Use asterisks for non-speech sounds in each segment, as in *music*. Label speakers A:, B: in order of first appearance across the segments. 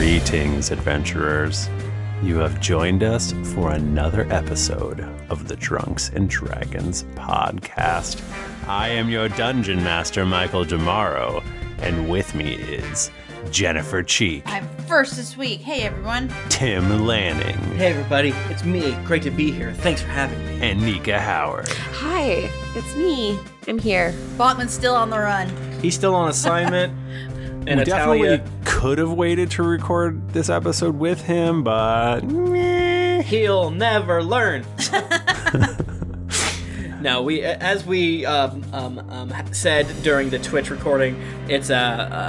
A: Space Adventurers. You have joined us for another episode of the Drunks and Dragons podcast. I am your dungeon master, Michael Damaro, and with me is Jennifer Cheek,
B: I'm first this week. Hey everyone.
A: Tim Lanning,
C: Hey everybody, it's me. Great to be here. Thanks for having me.
A: and Nika Howard.
D: Hi, it's me. I'm here.
B: Botman's still on the run.
C: He's still on assignment. *laughs* and
A: we
C: Natalia,
A: definitely could have waited to record this episode with him, but meh.
C: he'll never
B: *laughs*
C: learn. *laughs* no, we as we um, um, um, said during the Twitch recording, it's uh,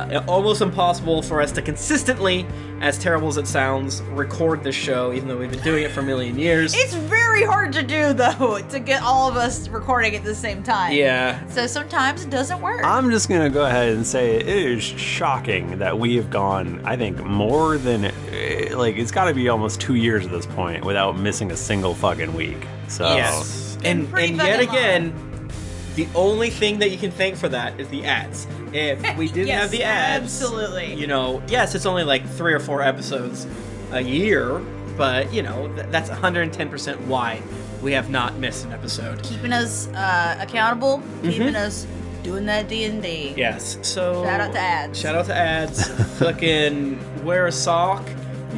C: uh, almost impossible for us to consistently, as terrible as it sounds, record this show, even though we've been doing it for a million years.
B: It's very hard to do though to get all of us recording at the same time.
C: yeah, Ah,
B: So sometimes it doesn't work.
A: I'm just gonna go ahead and say it is shocking that we have gone. I think more than eh, like it's got to be almost two years at this point without missing a single fucking week. So
C: Yes. And,
B: pretty
C: and yet
B: fucking
C: again, the only thing that you can thank for that is the ads. If
B: *laughs*
C: we didn't
B: Yes,
C: have the ads,
B: absolutely.
C: You know, yes, it's only like three or four episodes a year, but you know, th- that's 110% why we have not missed an episode.
B: keeping us uh, accountable,
C: Mm-hmm.
B: keeping us doing that D and D.
C: Yes. So
B: Shout out to ads.
C: Shout out to
B: *laughs*
C: ads. fucking wear a sock.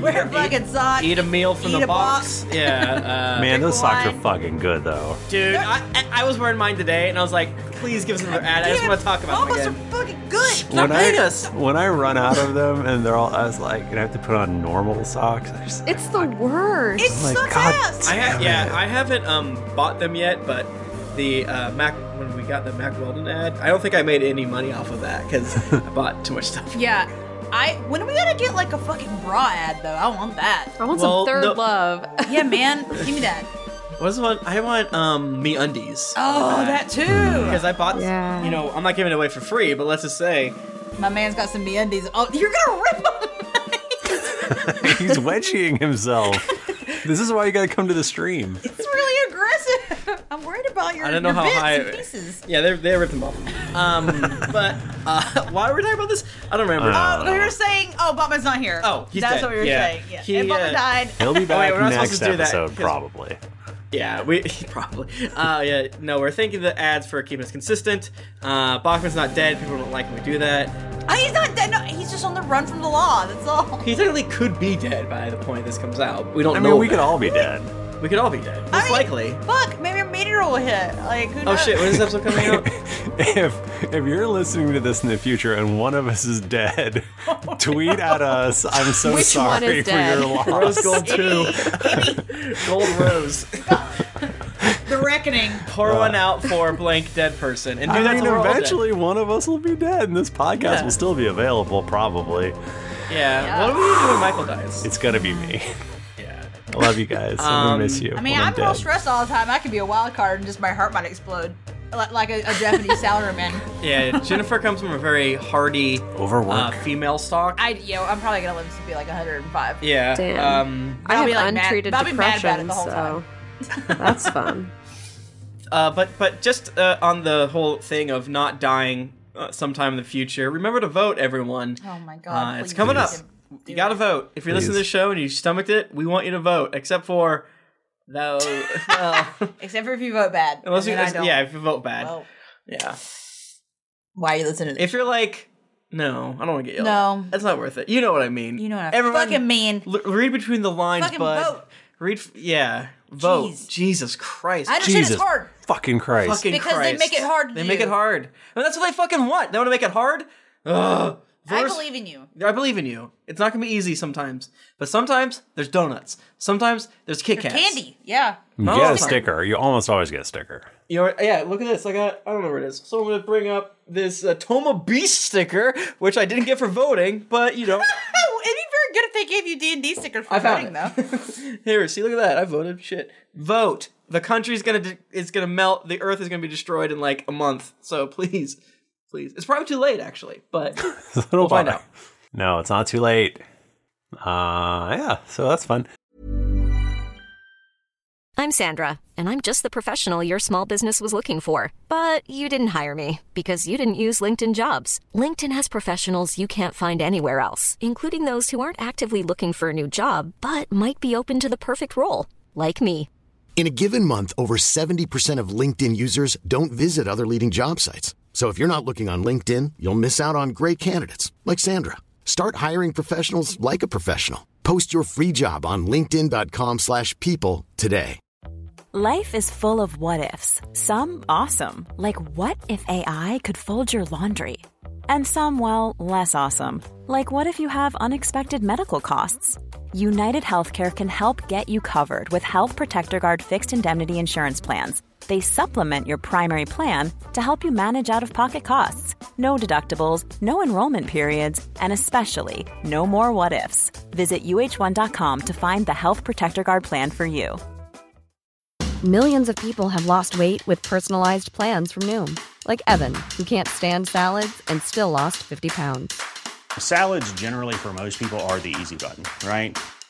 B: Wear a
C: Eat-
B: fucking sock.
C: Eat a meal from
B: Eat
C: the
B: a
C: box.
B: *laughs*
C: Yeah. Uh,
A: man, those socks are
B: wine.
A: fucking good though.
C: Dude, I, I- I was wearing mine today, and I was like, "Please give us another ad. I just want to talk about them
B: Almost
C: again."
B: are fucking good.
C: Not
A: I
C: Vegas.
A: when I run out of them and they're all I was like, and I have to put on normal socks. *laughs* I just,
D: It's the worst.
B: It
C: Oh
A: like,
B: sucks
A: God
B: ass.
C: I ha-
A: Damn it.
C: yeah, I haven't um bought them yet, but the uh, Mac when we got the Mac Weldon ad, I don't think I made any money off of that *laughs* because I bought too much stuff.
B: Yeah. I when are we gonna get like a fucking bra ad though? I want that.
D: I want
C: Well,
D: some third
C: no-
D: love.
B: Yeah, man. Give me
D: *laughs*
B: that.
C: What's the one? I want um me undies
B: Oh, that too.
C: because I bought.
D: Yeah.
C: You know, I'm not giving it away for free, but let's just say
B: My man's got some MeUndies. Oh, you're gonna rip them.
A: He's wedging
C: *laughs*
A: himself. this is why you gotta come to the stream.
B: It's really aggressive. *laughs* I'm worried about your,
C: I don't know
B: your
C: how
B: bits
C: high.
B: and pieces.
C: Yeah, they they ripped them off. *laughs* Um, but uh, *laughs* why were we talking about this? I don't remember.
A: Uh,
B: Uh, we were saying, oh, Batman's not here.
C: Oh, he's
B: that's
C: dead.
B: what we were
C: Yeah.
B: saying. Yeah,
C: He,
B: and Batman
C: uh,
B: died.
A: He'll be back
C: we're not supposed
A: next
C: to do that,
A: episode
C: 'cause-
A: probably.
C: Yeah, we *laughs* probably. Uh, yeah, no, we're thanking the ads for keeping us consistent. Uh, Bachman's not dead. People don't like when we do that.
B: Oh, he's not dead. No, he's just on the run from the law. That's all.
C: He technically could be dead by the point this comes out. We don't
A: I
C: know.
A: mean, we
C: that.
A: could all
C: *laughs*
A: be dead.
C: We could all be dead. Most
B: I mean,
C: likely.
B: Fuck, maybe a meteor will hit. Like, who
C: Oh
B: knows?
C: shit! When
A: *laughs*
C: is this episode coming out?
A: if if you're listening to this in the future and one of us is
C: *laughs*
A: dead,
C: Oh,
A: tweet at us. I'm so
D: Which one
A: sorry
D: is
A: for
D: dead?"
A: your loss.
C: Rose Gold
B: *laughs*
C: Two, Gold Rose. *laughs*
B: The reckoning.
C: Pour one out for blank dead person, and do
A: Uh, I
C: that
A: mean,
C: till we're all dead.
A: eventually one of us will be dead, and this podcast
C: Yeah.
A: will still be available. Probably,
C: Yeah. What are we gonna do when Michael dies?
A: it's gonna be me.
C: yeah. Um,
A: I love you guys. I'm gonna miss you.
B: I mean,
A: when
B: I'm, real
A: dead.
B: stressed all the time. I could be a wild card and just my heart might explode, like, like a,
C: *laughs*
B: a Japanese salaryman.
C: Yeah. Jennifer comes from a very hardy uh,
A: Overwork.
C: female stock.
B: I, yo, I'm probably gonna live to be like 105.
C: yeah.
D: Damn.
C: Um.
D: I
B: I'll
D: have
B: be, like, mad-
D: untreated
B: I'll be mad about it
D: depression,
B: the whole
D: so
E: *laughs*
B: *laughs*
D: that's fun.
C: Uh, but but just uh, on the whole thing of not dying uh, sometime in the future, remember to vote, everyone.
B: Oh my
C: Uh,
B: god.
C: it's
B: please
C: coming
B: do
C: up.
B: it.
C: You gotta vote. If you're listening to
A: Please.
C: this show and you stomached it, we want you to vote. Except for though,
B: *laughs*
C: well,
B: Except for if you vote bad.
C: unless you,
B: and then I don't.
C: yeah, if you vote bad,
B: Well,
C: yeah.
B: why are you listening?
C: If you're like, no, I don't want to get yelled.
B: No.
C: at. that's not worth it. You know what I mean.
B: you know what I
C: Everyone,
B: fucking mean.
C: l- read between the lines,
B: Fucking
C: bud.
B: vote.
C: Read, f- yeah, vote.
B: Jeez.
C: Jesus Christ.
B: I understand
A: Jesus,
B: it's hard.
A: fucking Christ!
C: fucking
B: Because they
C: Christ.
B: make it hard to
C: They make
B: do.
C: it hard. And that's what they fucking want. They want to make it hard. Ugh.
B: I
C: Voters-
B: believe in you.
C: I believe in you. It's not gonna be easy sometimes, but sometimes there's donuts. Sometimes there's Kit Kats.
B: Candy, yeah.
A: you
C: Oh.
A: get a sticker. You almost always get a sticker. *laughs*
C: You know, yeah. Look at this. I got. I don't know where it is. So I'm gonna bring up this uh, Toma Beast sticker, which I didn't get for voting, but you know, *laughs*
B: Oh, it'd be very good if they gave you D and D stickers for
C: I
B: voting,
C: found
B: though.
C: it. Here, see, look at that. I voted. Shit. Vote. The country's gonna. De- it's gonna melt. The Earth is gonna be destroyed in like a month. So *laughs* please, please. It's probably too late actually,
B: *laughs*
C: but
A: It'll
C: find
A: bother.
C: out.
A: No, it's not too late. Uh, yeah. So that's fun.
F: I'm I'm Sandra, and I'm just the professional your small business was looking for. But you didn't hire me because you didn't use LinkedIn jobs. LinkedIn has professionals you can't find anywhere else, including those who aren't actively looking for a new job but might be open to the perfect role, like me.
G: In a given month, over 70% of LinkedIn users don't visit other leading job sites. So if you're not looking on LinkedIn, you'll miss out on great candidates like Sandra. Start hiring professionals like a professional. Post your free job on linkedin.com/people slash people today.
H: Life is full of what ifs. Some awesome, like what if AI could fold your laundry? And some, well, less awesome, like what if you have unexpected medical costs? United Healthcare can help get you covered with Health Protector Guard fixed indemnity insurance plans. They supplement your primary plan to help you manage out of pocket costs. No deductibles, no enrollment periods, and especially no more what ifs. Visit uh1.com to find the Health Protector Guard plan for you.
D: Millions of people have lost weight with personalized plans from Noom, like Evan, who can't stand salads and still lost 50 pounds.
I: Salads, generally, for most people, are the easy button, right?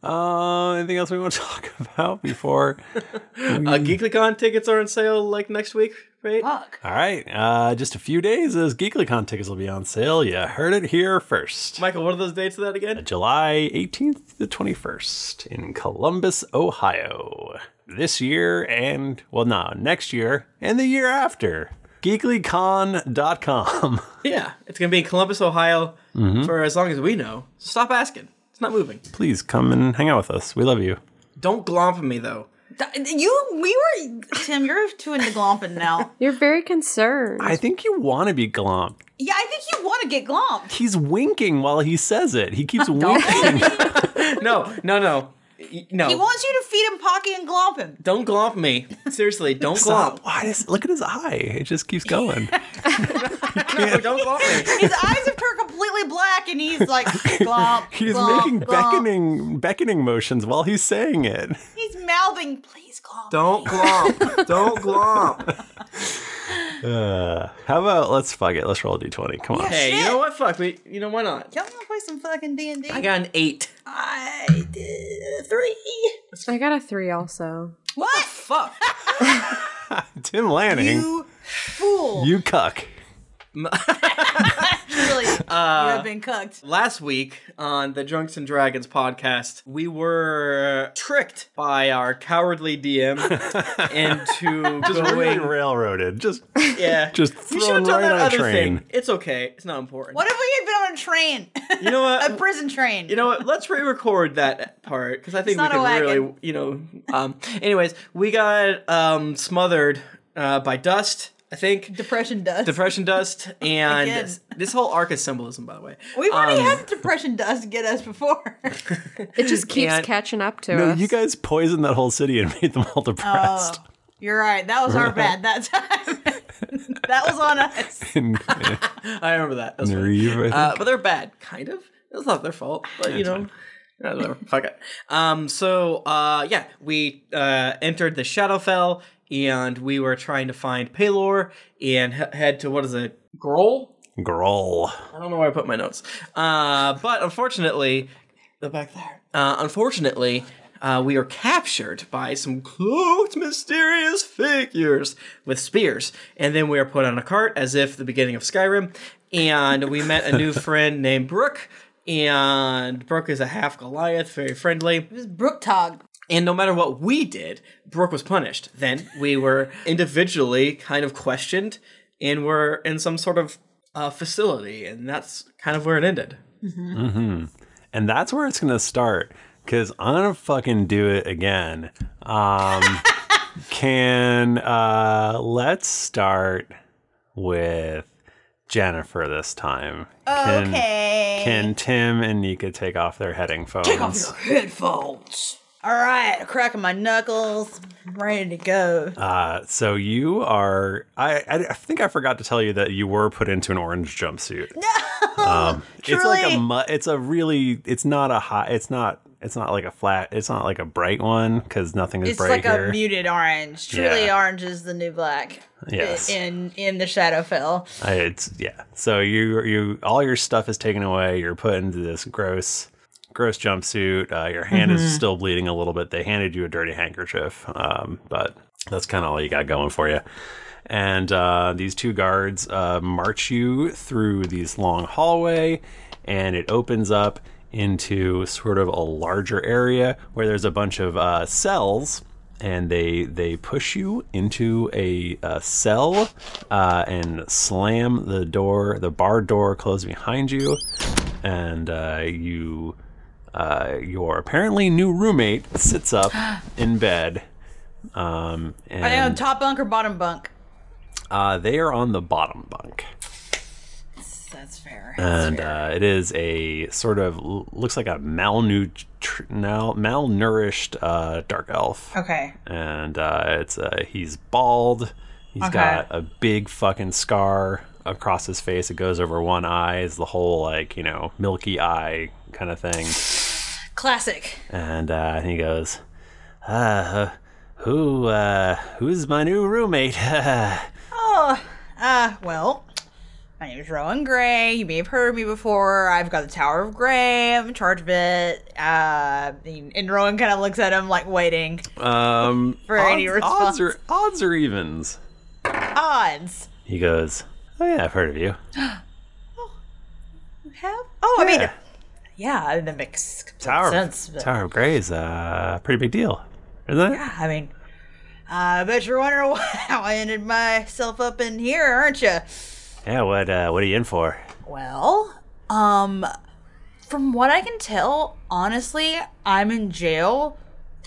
A: Uh, anything else we want to *laughs* talk about before?
C: *laughs* Uh, GeeklyCon tickets are on sale like next week, right?
B: Fuck.
A: All right, uh, just a few days as GeeklyCon tickets will be on sale. You heard it here first. Uh,
C: Michael, what are those dates of that again?
A: July 18th to the 21st in Columbus, Ohio. This year and, well, no, next year and the year after. *laughs* GeeklyCon.com.
C: Yeah, it's gonna be in Columbus, Ohio,
A: Hmm?
C: for as long as we know. So stop asking. It's not moving.
A: Mm-hmm.
C: *laughs*
A: Please come and hang out with us. We love you.
C: Don't glomp me though. *laughs*
B: D- You, we were, Tim, you're too into glomping now.
D: You're very concerned.
A: I think you want to be glomped.
B: *laughs* Yeah, I think you want to get glomped.
A: He's winking while he says it. He
B: *laughs*
A: keeps winking.
C: No, no, no, Y- no.
B: He wants you to feed him Pocky and glomp him.
C: don't glomp me. Seriously, don't
A: Stop.
C: glomp.
A: Why does, look at his eye. It just keeps going.
C: No, don't glomp me.
B: *laughs* His eyes have turned completely black and he's
C: *laughs*
B: like, glomp.
A: *laughs* He's
B: glomp,
A: making
B: glomp.
A: beckoning beckoning motions while he's saying it.
B: He's mouthing, *laughs* please glomp.
C: Don't glomp. Don't glomp.
A: *laughs* Uh, how about let's fuck it. Let's roll a d20. Come on.
C: Hey, you know what? Fuck me. You know why not?
B: Y'all want to play some fucking D&D?
C: I got an eight.
B: I did three.
D: I got a
B: *laughs*
D: three also.
B: What?
C: Fuck.
A: Tim Lanning, you,
B: You fool.
A: cuck.
C: *laughs*
B: Really, you have been cooked.
C: Uh, Last week on the Drunks and Dragons podcast, we were tricked by our cowardly DM
A: *laughs*
C: into
A: Really
C: going.
A: railroaded. Just
C: yeah,
A: *laughs* just
C: you should
A: thrown
C: have done
A: right
C: that
A: on a
C: other
A: train.
C: thing. It's okay. It's not important.
B: What if we had been on a train?
C: you know
B: *laughs* a
C: what?
B: prison train.
C: You know what? Let's re-record that part because I think
B: It's
C: we
B: not a
C: can
B: wagon.
C: really, you know. Um. Anyways, we got um smothered uh, by dust. I think
B: depression does.
C: depression
B: *laughs*
C: dust and
B: Again.
C: this whole arc is symbolism, by the way.
B: We've already
C: Um,
B: had depression does get us before.
D: It just keeps
C: And-
D: catching up to
A: No,
D: us.
A: you guys poisoned that whole city and *laughs* made them
B: Oh.
A: all depressed. *laughs*
B: You're right. That was our bad that time. *laughs* that was on us.
C: *laughs*
A: And,
C: I remember that. That was
A: and
C: funny.
A: Reeve, I think.
C: Uh, but they're bad, kind of. It's not their fault, but you know, yeah, whatever. Fuck it. Um, so uh, yeah, we uh, entered the Shadowfell, and we were trying to find Palor and he- head to what is it, Groll?
A: Growl.
C: I don't know where I put my notes. Uh, but unfortunately, they're back there. Uh, unfortunately, uh, we are captured by some cloaked, mysterious figures with spears, and then we are put on a cart as if the beginning of Skyrim. And we met a *laughs* new friend named Brooke. And Brooke is a half Goliath, very friendly.
B: It was Brook Tog.
C: And no matter what we did, Brooke was punished. Then we were *laughs* individually kind of questioned and were in some sort of uh, facility, and that's kind of where it ended.
A: hmm And that's where it's gonna start. Cause I'm gonna fucking do it again. Um, *laughs* can uh, let's start with Jennifer this time. Can,
B: Okay.
A: Can Tim and Nika take off their heading phones?
B: Take off your headphones. All right, cracking my knuckles, ready to go.
A: Uh, so you are. I, I I think I forgot to tell you that you were put into an orange jumpsuit. No,
B: *laughs*
A: um, it's like a
B: truly?
A: mu- it's a really it's not a hot it's not it's not like a flat it's not like a bright one because nothing is
B: It's
A: bright
B: like
A: here.
B: a muted orange. Truly,
A: Yeah.
B: orange is the new black.
A: Yes.
B: In in the Shadowfell.
A: I- it's yeah. So you you all your stuff is taken away. You're put into this gross gross jumpsuit. Uh, your hand
B: Mhm.
A: is still bleeding a little bit. They handed you a dirty handkerchief, um, but that's kind of all you got going for you. And uh, these two guards uh, march you through these long hallway, and it opens up into sort of a larger area where there's a bunch of uh, cells and they they push you into a, uh cell uh, and slam the door, the bar door closed behind you, and uh, you uh, your apparently new roommate sits
B: *gasps*
A: up in bed. Um, and
B: Are they on Oh, top bunk or bottom bunk?
A: uh, they are on the bottom bunk,
B: That's fair.
A: and uh, it is a sort of l- looks like a malnut- tr- mal- malnourished uh, dark elf.
B: Okay.
A: and uh, it's uh, he's bald. He's
B: Okay.
A: got a big fucking scar across his face. It goes over one eye. It's the whole like you know milky eye kind of thing.
B: Classic.
A: And uh, he goes, uh, "Who uh, who's my new roommate?" *laughs*
B: Oh, uh, well, my name is Rowan Gray. You may have heard me before. I've got the Tower of Gray. I'm in charge of it. Uh, and Rowan kind of looks at him like waiting.
A: um,
B: For any
A: odds
B: response.
A: or odds or evens.
B: Odds.
A: He goes, "Oh yeah, I've heard of you."
B: You have? Oh, I mean,
A: Yeah.
B: yeah, that makes complete
A: Tower
B: sense. but-
A: Tower of Grey is uh, a pretty big deal, isn't it?
B: Yeah, I mean, I bet you're wondering *laughs* why- how I ended myself up in here, aren't you?
A: Yeah. What uh, what are you in for?
B: Well, um, from what I can tell, honestly, I'm in jail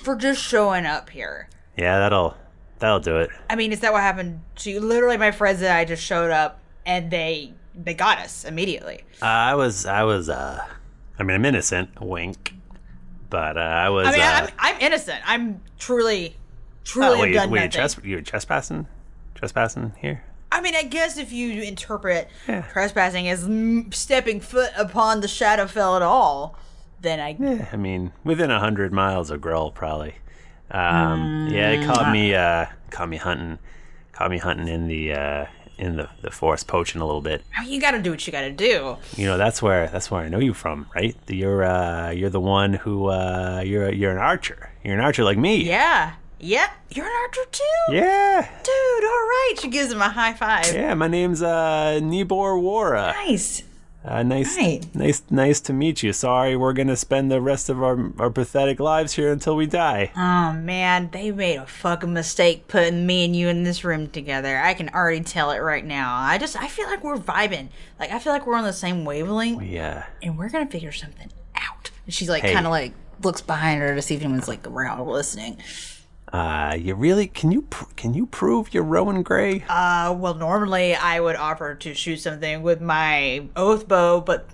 B: for just showing up here.
A: Yeah, that'll that'll do it.
B: I mean, is that what happened to you? Literally, my friends and I just showed up, and they they got us immediately.
A: Uh, I was, I was, uh, I mean, I'm innocent, wink, but uh, I was.
B: I mean,
A: uh,
B: I'm, I'm innocent. I'm truly,
A: oh,
B: truly
A: were
B: have
A: you,
B: done
A: were you,
B: nothing.
A: tresp- you were trespassing, trespassing here.
B: I mean, I guess if you interpret trespassing as mm, stepping foot upon the Shadowfell at all, then I
A: Yeah, I mean, within a hundred miles of Grell, probably. Um,
B: Mm,
A: Yeah, it caught me, uh, caught me hunting, caught me hunting in the uh, in the the forest, poaching a little bit.
B: I mean, you got to do what you got to do.
A: You know, that's where that's where I know you from, right? You're uh, you're the one who uh, you're you're an archer. You're an archer like me.
B: Yeah. Uh, Yep. You're an archer too?
A: Yeah.
B: Dude, all right. She gives him a high five.
A: Yeah, my name's uh Nibor Wara.
B: Nice.
A: Uh, nice,
B: Right.
A: nice, nice to meet you. Sorry, we're gonna spend the rest of our our pathetic lives here until we die.
B: Oh man, they made a fucking mistake putting me and you in this room together. I can already tell it right now. I just I feel like we're vibing. Like I feel like we're on the same wavelength
A: Yeah,
B: and we're going to figure something out. And she's like
A: Hey.
B: kind of like looks behind her to see if anyone's like around listening.
A: uh, you really can you pr- can you prove you're Rowan Gray?
B: Uh, well, normally I would offer to shoot something with my oath bow, but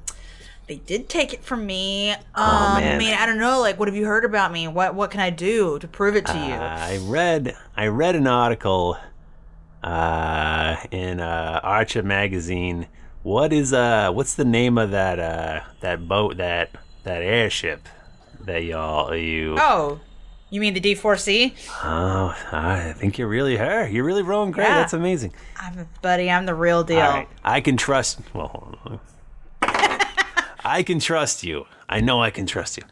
B: they did take it from me. Um, I
A: Oh, man.
B: mean, I don't know. Like, what have you heard about me? What What can I do to prove it to you?
A: I read I read an article, uh, in uh, Archer magazine. What is uh what's the name of that uh that boat that that airship that y'all you?
B: Oh, you mean the D four C?
A: Oh, I think you're really her. You're really Rowan Gray.
B: Yeah.
A: That's amazing.
B: I'm buddy. I'm the real deal.
A: All right. I can trust. Well, hold on, hold
B: *laughs*
A: on. I can trust you. I know I can trust you.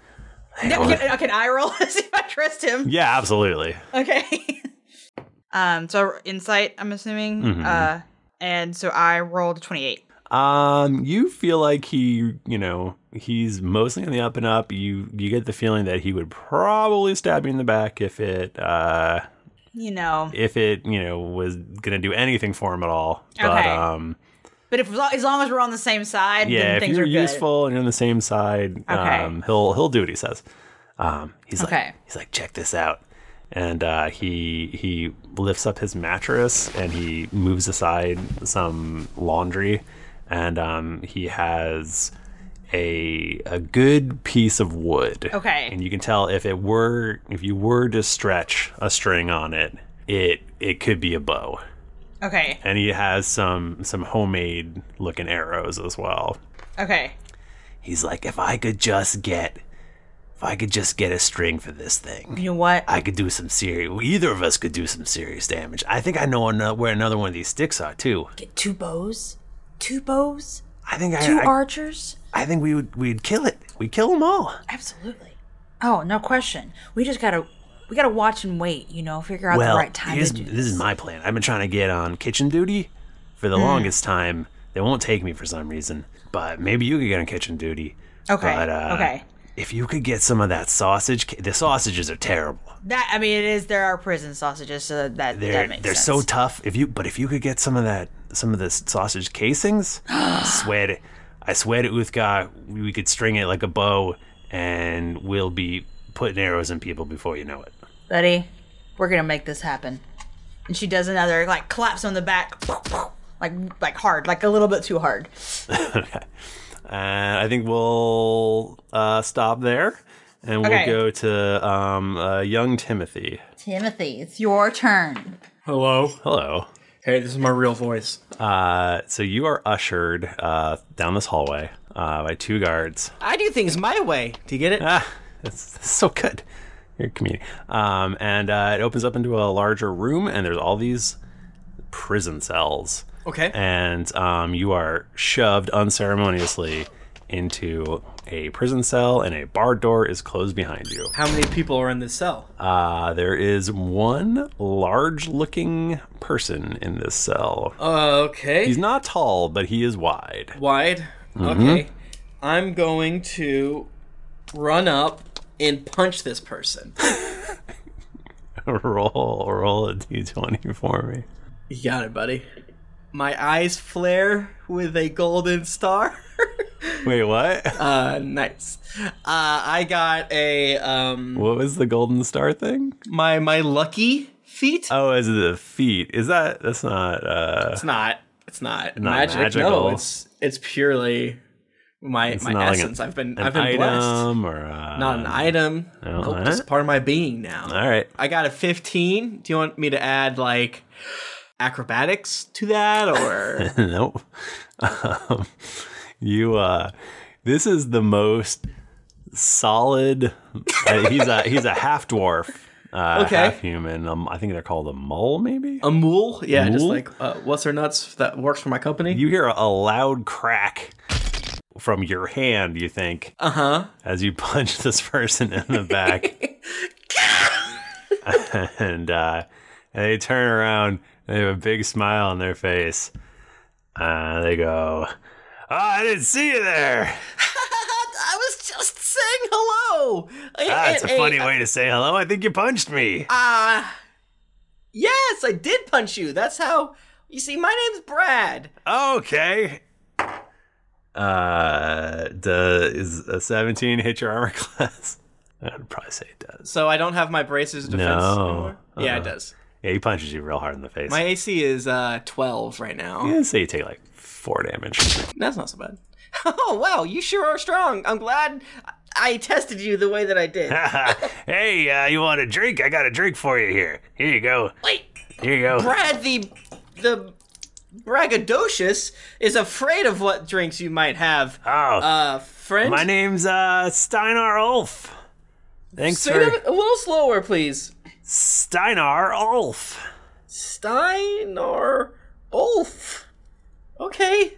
B: No, can, can I roll *laughs* to see if I trust him?
A: Yeah, absolutely.
B: Okay. *laughs* um. So insight. I'm assuming.
A: Mm-hmm,
B: Uh. And so I rolled twenty eight.
A: Um, you feel like he, you know, he's mostly on the up and up. You you get the feeling that he would probably stab you in the back if it uh
B: You know.
A: if it you know was gonna do anything for him at all. But
B: Okay.
A: um,
B: But if as long as we're on the same side, then
A: yeah, if
B: things
A: you're
B: are good.
A: useful and you're on the same side,
B: Okay.
A: um, he'll he'll do what he says. Um, he's
B: Okay.
A: like he's like check this out, and uh, he he lifts up his mattress and he moves aside some laundry, and um, he has a a good piece of wood.
B: Okay.
A: and you can tell if it were if you were to stretch a string on it, it it could be a bow
B: Okay,
A: and he has some some homemade looking arrows as well.
B: okay,
A: He's like, if I could just get, if I could just get a string for this thing,
B: you know what?
A: I could do some serious. Either of us could do some serious damage. I think I know ano- where another one of these sticks are too.
J: Get two bows, two bows,
A: I think
J: two
A: I, I,
J: archers.
A: I think we would we'd kill it. We'd kill them all.
J: Absolutely. Oh, no question. We just gotta we gotta watch and wait. You know, figure out
A: well,
J: the right time
A: here's,
J: to do
A: this. is my plan. I've been trying to get on kitchen duty for
J: Hmm.
A: the longest time. They won't take me for some reason, but maybe you could get on kitchen duty.
B: Okay,
A: But, uh,
B: okay.
A: If you could get some of that sausage, ca- the sausages are terrible.
B: That I mean, it is. There are prison sausages, so that
A: They're
B: that makes
A: they're so
B: sense.
A: tough. If you but if you could get some of that some of the sausage
B: *gasps*
A: casings, I swear to, I swear to Uthgar, we we could string it like a bow, and we'll be putting arrows in people before you know it. *laughs*
B: Buddy, we're gonna make this happen. And she does another like claps on the back, like like hard, like a little bit too hard.
A: And Uh, I think we'll uh, stop there, and we'll
B: Okay.
A: go to um, uh, young Timothy.
B: Timothy, it's your turn.
C: Hello.
A: Hello.
C: Hey, this is my real voice.
A: Uh, so you are ushered uh, down this hallway uh, by two guards.
C: I do things my way. Do you get it?
A: Ah, that's, that's so good. You're a comedian. Um, and uh, it opens up into a larger room, and there's all these prison cells.
C: Okay.
A: And um, you are shoved unceremoniously into a prison cell, and a bar door is closed behind you.
C: How many people are in this cell?
A: Uh, there is one large looking person in this cell.
C: Okay.
A: He's not tall, but he is wide. *laughs*
C: wide. Okay. I'm going to run up and punch this person.
A: roll, roll a d20 for me.
C: You got it, buddy. My eyes flare with a golden star.
A: Wait, what?
C: uh, nice. Uh, I got a um
A: what was the golden star thing?
C: my my lucky feet.
A: Oh, is it the feet? Is that that's not uh
C: it's not. It's not,
A: Not
C: magic.
A: magical.
C: No, it's it's purely my my
A: not like
C: essence.
A: an-
C: I've been
A: an
C: I've been blessed.
A: item or uh,
C: Not an item.
A: Oh,
C: nope,
A: alright.
C: it's part of my being now.
A: All right.
C: I got a 15. Do you want me to add like acrobatics to that or
A: *laughs* *laughs* nope. Um, you uh this is the most solid uh, he's a he's a half dwarf. Uh,
C: Okay.
A: half human. Um, I think they're called a mole maybe.
C: a mule? Yeah, just
A: Mule?
C: like uh, what's her nuts that works for my company?
A: You hear a loud crack from your hand, you think. Uh-huh. As you *laughs* punch this person in the
C: *laughs*
A: back. and uh and they turn around and they have a big smile on their face. Uh they go, oh, I didn't see you there.
C: I was just saying hello.
A: Ah, it's a funny way to say hello. I think you punched me.
C: Uh, Yes, I did punch you. That's how you see my name's Brad.
A: okay. Uh, the, is a 17 hit your armor *laughs* class? I'd probably say it does.
C: So I don't have my braces of defense
A: No.
C: anymore. Yeah, it
A: Uh-uh.
C: does.
A: Yeah, he punches you real hard in the face.
C: My AC is uh 12 right now.
A: I'd say you take like four damage.
C: *laughs* That's not so bad. *laughs* Oh, wow, you sure are strong. I'm glad I- I tested you the way that I
A: *laughs*
C: did.
A: *laughs* hey, uh, you want a drink? I got a drink for you here. Here you go.
C: Wait,
A: Here you go.
C: Brad the the braggadocious is afraid of what drinks you might have.
A: oh,
C: Uh, friend,
A: my name's uh, Steinar Ulf. Thanks
C: Say
A: for
C: that a little slower, please.
A: Steinar Ulf.
C: Steinar Ulf. Okay.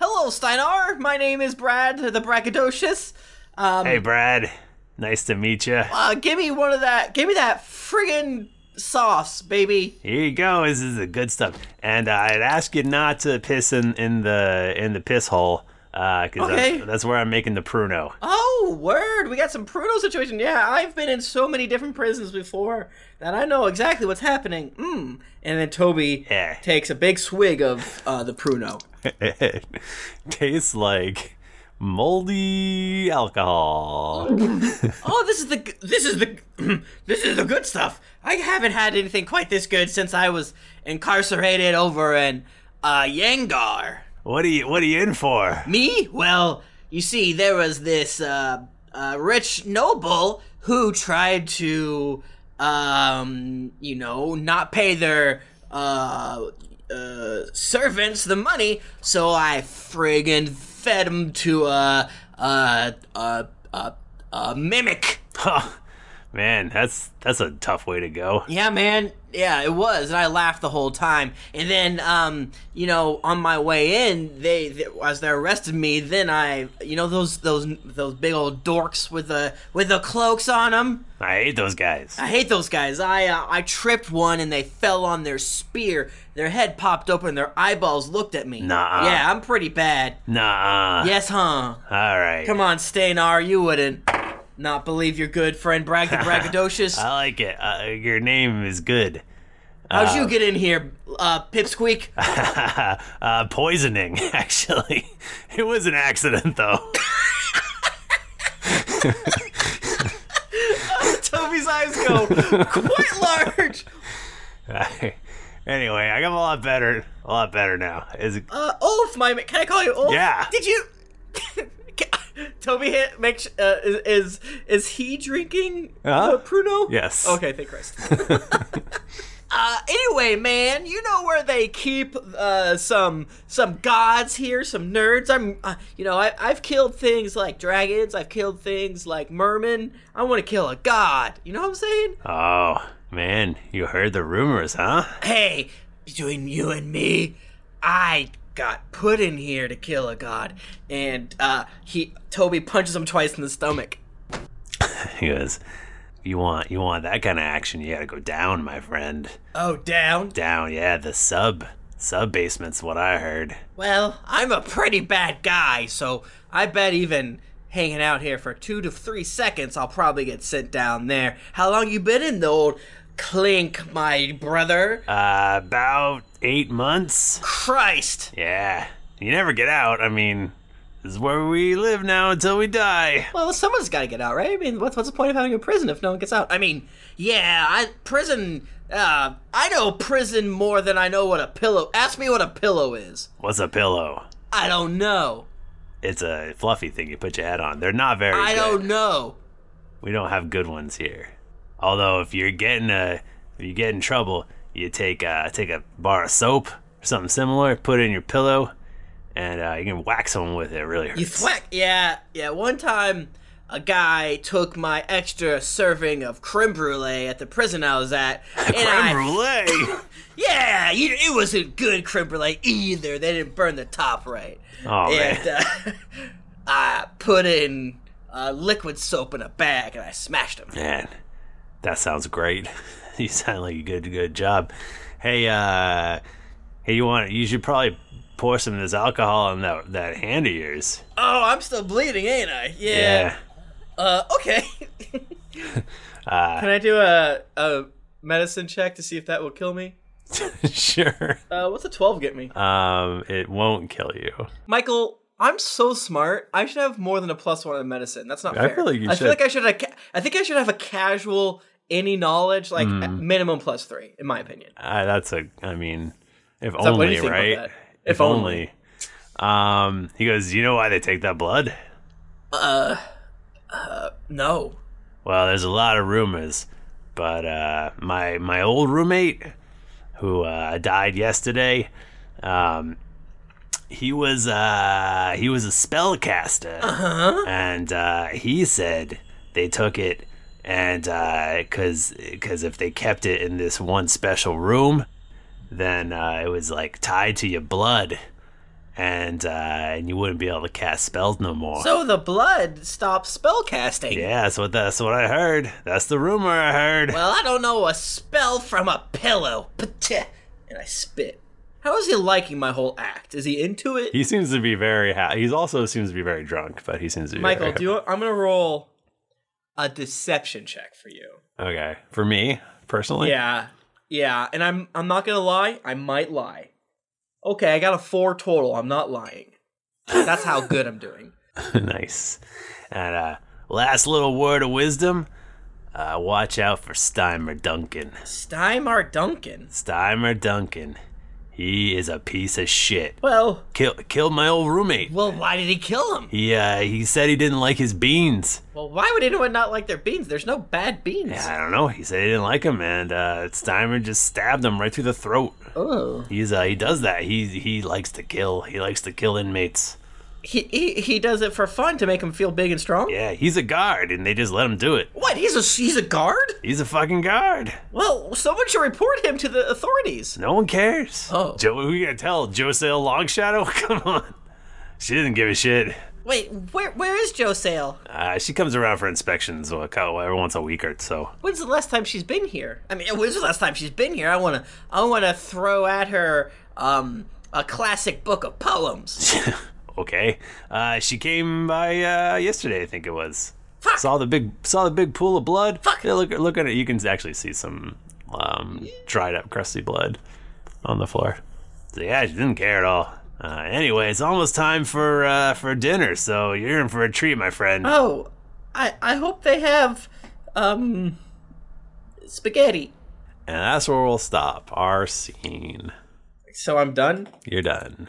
C: Hello, Steinar. My name is Brad the braggadocious. Um,
A: hey, Brad. Nice to meet you.
C: Uh, give me one of that. Give me that friggin' sauce, baby.
A: Here you go. This is the good stuff. And uh, I'd ask you not to piss in, in the in the piss hole. Uh, because
C: Okay.
A: that's, that's where I'm making the pruno.
C: Oh, word! We got some Pruno situation. Yeah, I've been in so many different prisons before that I know exactly what's happening. Mmm. And then Toby
A: Yeah.
C: takes a big swig of uh, the Pruno.
A: it *laughs* tastes like moldy
C: *laughs*
A: alcohol.
C: oh, this is the g- *clears throat* this is the this is the good stuff. I haven't had anything quite this good since I was incarcerated over in uh, Yangar.
A: What are you What are you in for?
C: Me? Well, you see, there was this uh, uh, rich noble who tried to, um, you know, not pay their uh, uh, servants the money, so I friggin' fed him to a a a a, a mimic.
A: Huh. Man, that's that's a tough way to go.
C: Yeah, man. Yeah, it was, and I laughed the whole time. And then, um, you know, on my way in, they, they as they arrested me, then I, you know, those those those big old dorks with the with the cloaks on them.
A: I hate those guys.
C: I hate those guys. I uh, I tripped one, and they fell on their spear. Their head popped open. Their eyeballs looked at me.
A: Nuh-uh.
C: Yeah, I'm pretty bad.
A: Nah.
C: Yes, huh?
A: All right.
C: Come on, Stainar, you wouldn't not believe your good
A: *laughs*
C: friend Bragg the Braggadocious.
A: I like it. Uh, your name is good.
C: How'd you get in here, uh,
A: *laughs*
C: Pipsqueak?
A: uh, poisoning, *laughs* actually. It was an accident, though. *laughs*
C: Toby's eyes go quite large.
A: anyway, I got a lot better. A lot better now. Is it,
C: Uh, Ulf, my ma- can I call you Ulf?
A: Yeah.
C: Did you? *laughs* Toby hit, make sh- uh, is, is is he drinking
A: Huh?
C: uh, Pruno?
A: Yes.
C: Okay, thank Christ. *laughs* uh, anyway, man, you know where they keep uh, some some gods here, some nerds. I'm, uh, you know, I, I've killed things like dragons. I've killed things like mermen. I want to kill a god. You know what I'm saying?
A: oh, man. You heard the rumors, huh? *laughs*
C: hey, between you and me, I got put in here to kill a god. And uh, he Toby punches him twice in the stomach.
A: He goes, You want, you want that kind of action? You got to go down, my friend.
C: Oh, down.
A: Down, yeah. The sub. Sub basement's what I heard.
C: Well, I'm a pretty bad guy, so I bet even hanging out here for two to three seconds, I'll probably get sent down there. How long you been in the old clink, my brother?
A: Uh, about eight months?
C: Christ.
A: Yeah. You never get out. I mean, this is where we live now until we die.
C: Well, someone's got to get out, right? I mean, what's what's the point of having a prison if no one gets out? I mean, yeah, I prison. Uh, I know prison more than I know what a pillow. Ask me what a pillow is.
A: What's a pillow?
C: I don't know.
A: It's a fluffy thing you put your head on. They're not very
C: I
A: good.
C: don't know.
A: We don't have good ones here. Although if you're getting uh if you get in trouble, you take uh take a bar of soap or something similar, put it in your pillow, and uh, you can whack someone with it. It really hurts.
C: You thwack. Yeah, yeah. One time, a guy took my extra serving of creme brulee at the prison I was at, and I
A: Creme brulee.
C: *laughs* Yeah, you, it wasn't good creme brulee either. They didn't burn the top right.
A: Oh, man.
C: and, Uh, *laughs* I put in uh, liquid soap in a bag and I smashed them.
A: Man, that sounds great. *laughs* you sound like a good good job. Hey, uh, hey, you want? You should probably pour some of this alcohol in that that hand of yours.
C: Oh, I'm still bleeding, ain't I? Yeah. Uh, okay.
A: Uh,
C: Can I do a, a medicine check to see if that will kill me?
A: Yeah, *laughs* sure.
C: Uh, what's a 12 get me?
A: Um, it won't kill you.
C: Michael, I'm so smart. I should have more than a plus one in medicine. That's not
A: I
C: fair.
A: feel like you
C: I
A: should.
C: feel like I should. Have, ca- I think I should have a casual any knowledge, like a
A: Hmm.
C: minimum plus three, in my opinion.
A: Uh, that's a. I mean, if
C: So what do
A: only,
C: you think about
A: right?
C: that?
A: If,
C: If
A: only. Um, he goes. You know why they take that blood?
C: Uh, No.
A: Well, there's a lot of rumors, but uh, my my old roommate, who uh, died yesterday, um, he was uh, he was a spellcaster, and uh, he said they took it, and because because if they kept it in this one special room, then uh, it was like tied to your blood, and uh, and you wouldn't be able to cast spells no more.
C: So the blood stops spell casting.
A: Yeah, that's what that's what I heard. That's the rumor I heard.
C: Well, I don't know a spell from a pillow. Pteh. And I spit.
K: How is he liking my whole act? Is he into it?
A: *laughs* He seems to be very happy. He also seems to be very drunk, but he seems to be
K: Michael,
A: very
K: do you, I'm gonna roll a deception check for you.
A: *laughs* Okay, for me personally,
K: Yeah, yeah, and I'm I'm not gonna lie. I might lie. Okay, I got a four total. I'm not lying. That's how good I'm doing.
A: *laughs* nice. And uh, last little word of wisdom: uh, watch out for Steimer Duncan.
K: Steinmar Duncan.
A: Steimer Duncan, he is a piece of shit.
K: Well,
A: Kill, killed my old roommate.
K: well, why did he kill him?
A: He uh, he said he didn't like his beans.
K: Well, why would anyone not like their beans? There's no bad beans.
A: I don't know. He said he didn't like him, and uh, Steimer just stabbed him right through the throat.
K: Oh.
A: He's uh, he does that. He he likes to kill. He likes to kill inmates.
K: He, he he does it for fun to make him feel big and strong.
A: Yeah, he's a guard, and they just let him do it.
K: What? He's a he's a guard?
A: He's a fucking guard.
K: Well, someone should report him to the authorities.
A: No one cares.
K: Oh.
A: Joe, who you gonna tell? Joselle Longshadow? *laughs* Come on. She doesn't give a shit.
K: Wait, where where is Joe Sale?
A: Uh, she comes around for inspections uh, every once a week or so.
K: When's the last time she's been here? I mean, when's the last time she's been here? I wanna I wanna throw at her um a classic book of poems.
A: okay. Uh, she came by uh, yesterday, I think it was. Saw the big saw the big pool of blood. Fuck. Yeah, look look at it. You can actually see some um, dried up, crusty blood on the floor. So yeah, she didn't care at all. Uh, anyway, it's almost time for uh, for dinner, so you're in for a treat, my friend.
K: oh, I I hope they have um spaghetti.
A: And that's where we'll stop our scene.
K: So I'm done.
A: You're done.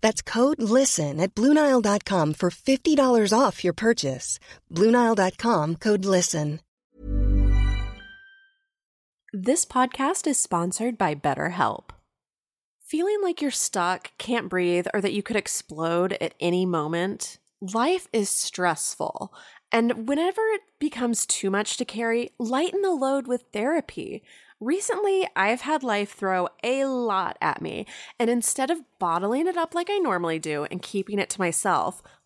L: That's code LISTEN at Bluenile.com for $50 off your purchase. Bluenile.com code LISTEN.
M: This podcast is sponsored by BetterHelp. Feeling like you're stuck, can't breathe, or that you could explode at any moment? Life is stressful. And whenever it becomes too much to carry, lighten the load with therapy. Recently, I've had life throw a lot at me, and instead of bottling it up like I normally do and keeping it to myself,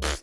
C: Pfft,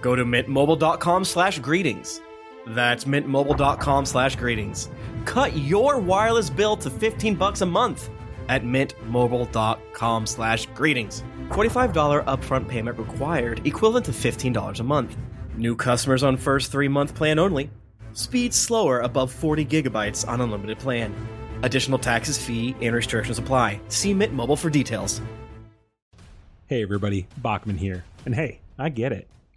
N: go to mintmobile.com slash greetings. That's mintmobile.com slash greetings. Cut your wireless bill to 15 bucks a month at mintmobile.com slash greetings. $45 upfront payment required, equivalent to $15 a month. New customers on first three month plan only. Speed slower above 40 gigabytes on unlimited plan. Additional taxes, fee, and restrictions apply. See Mint Mobile for details.
O: Hey, everybody, Bachman here. And hey, I get it.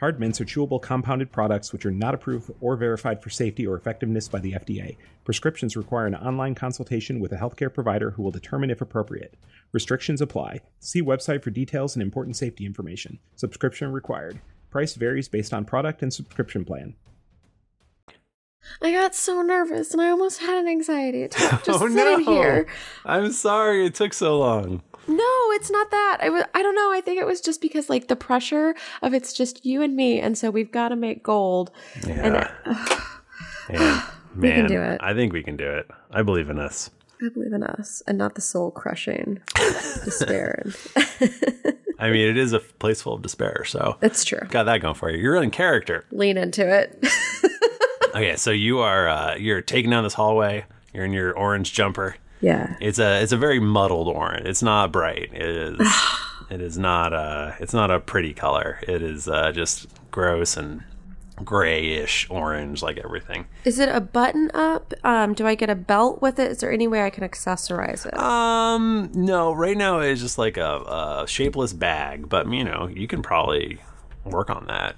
O: Hard mints are chewable compounded products which are not approved or verified for safety or effectiveness by the FDA. Prescriptions require an online consultation with a healthcare provider who will determine if appropriate. Restrictions apply. See website for details and important safety information. Subscription required. Price varies based on product and subscription plan.
E: I got so nervous and I almost had an anxiety
B: *laughs*
E: attack
B: Oh,
E: just sitting here.
A: Oh, I'm sorry it took so long.
E: No, it's not that. I was I don't know. I think it was just because like the pressure of it's just you and me and so we've got to make gold. And
A: Yeah. Man,
E: *sighs* We can
A: man,
E: do it.
A: I think we can do it. I believe in us.
E: I believe in us and not the soul crushing despair. *laughs*
A: I mean, it is a f- place full of despair, so
E: That's true.
A: got that going for you. You're in character.
E: Lean into it.
A: Okay, so you are uh, you're taking down this hallway. You're in your orange jumper.
E: Yeah.
A: It's a it's a very muddled orange. It's not bright. It is
E: *sighs*
A: it is not a it's not a pretty color. It is uh, just gross and grayish orange, like everything.
E: Is it a button up? Um, do I get a belt with it? Is there any way I can accessorize it?
A: Um, no, right now it's just like a, a shapeless bag, but you know you can probably work on that.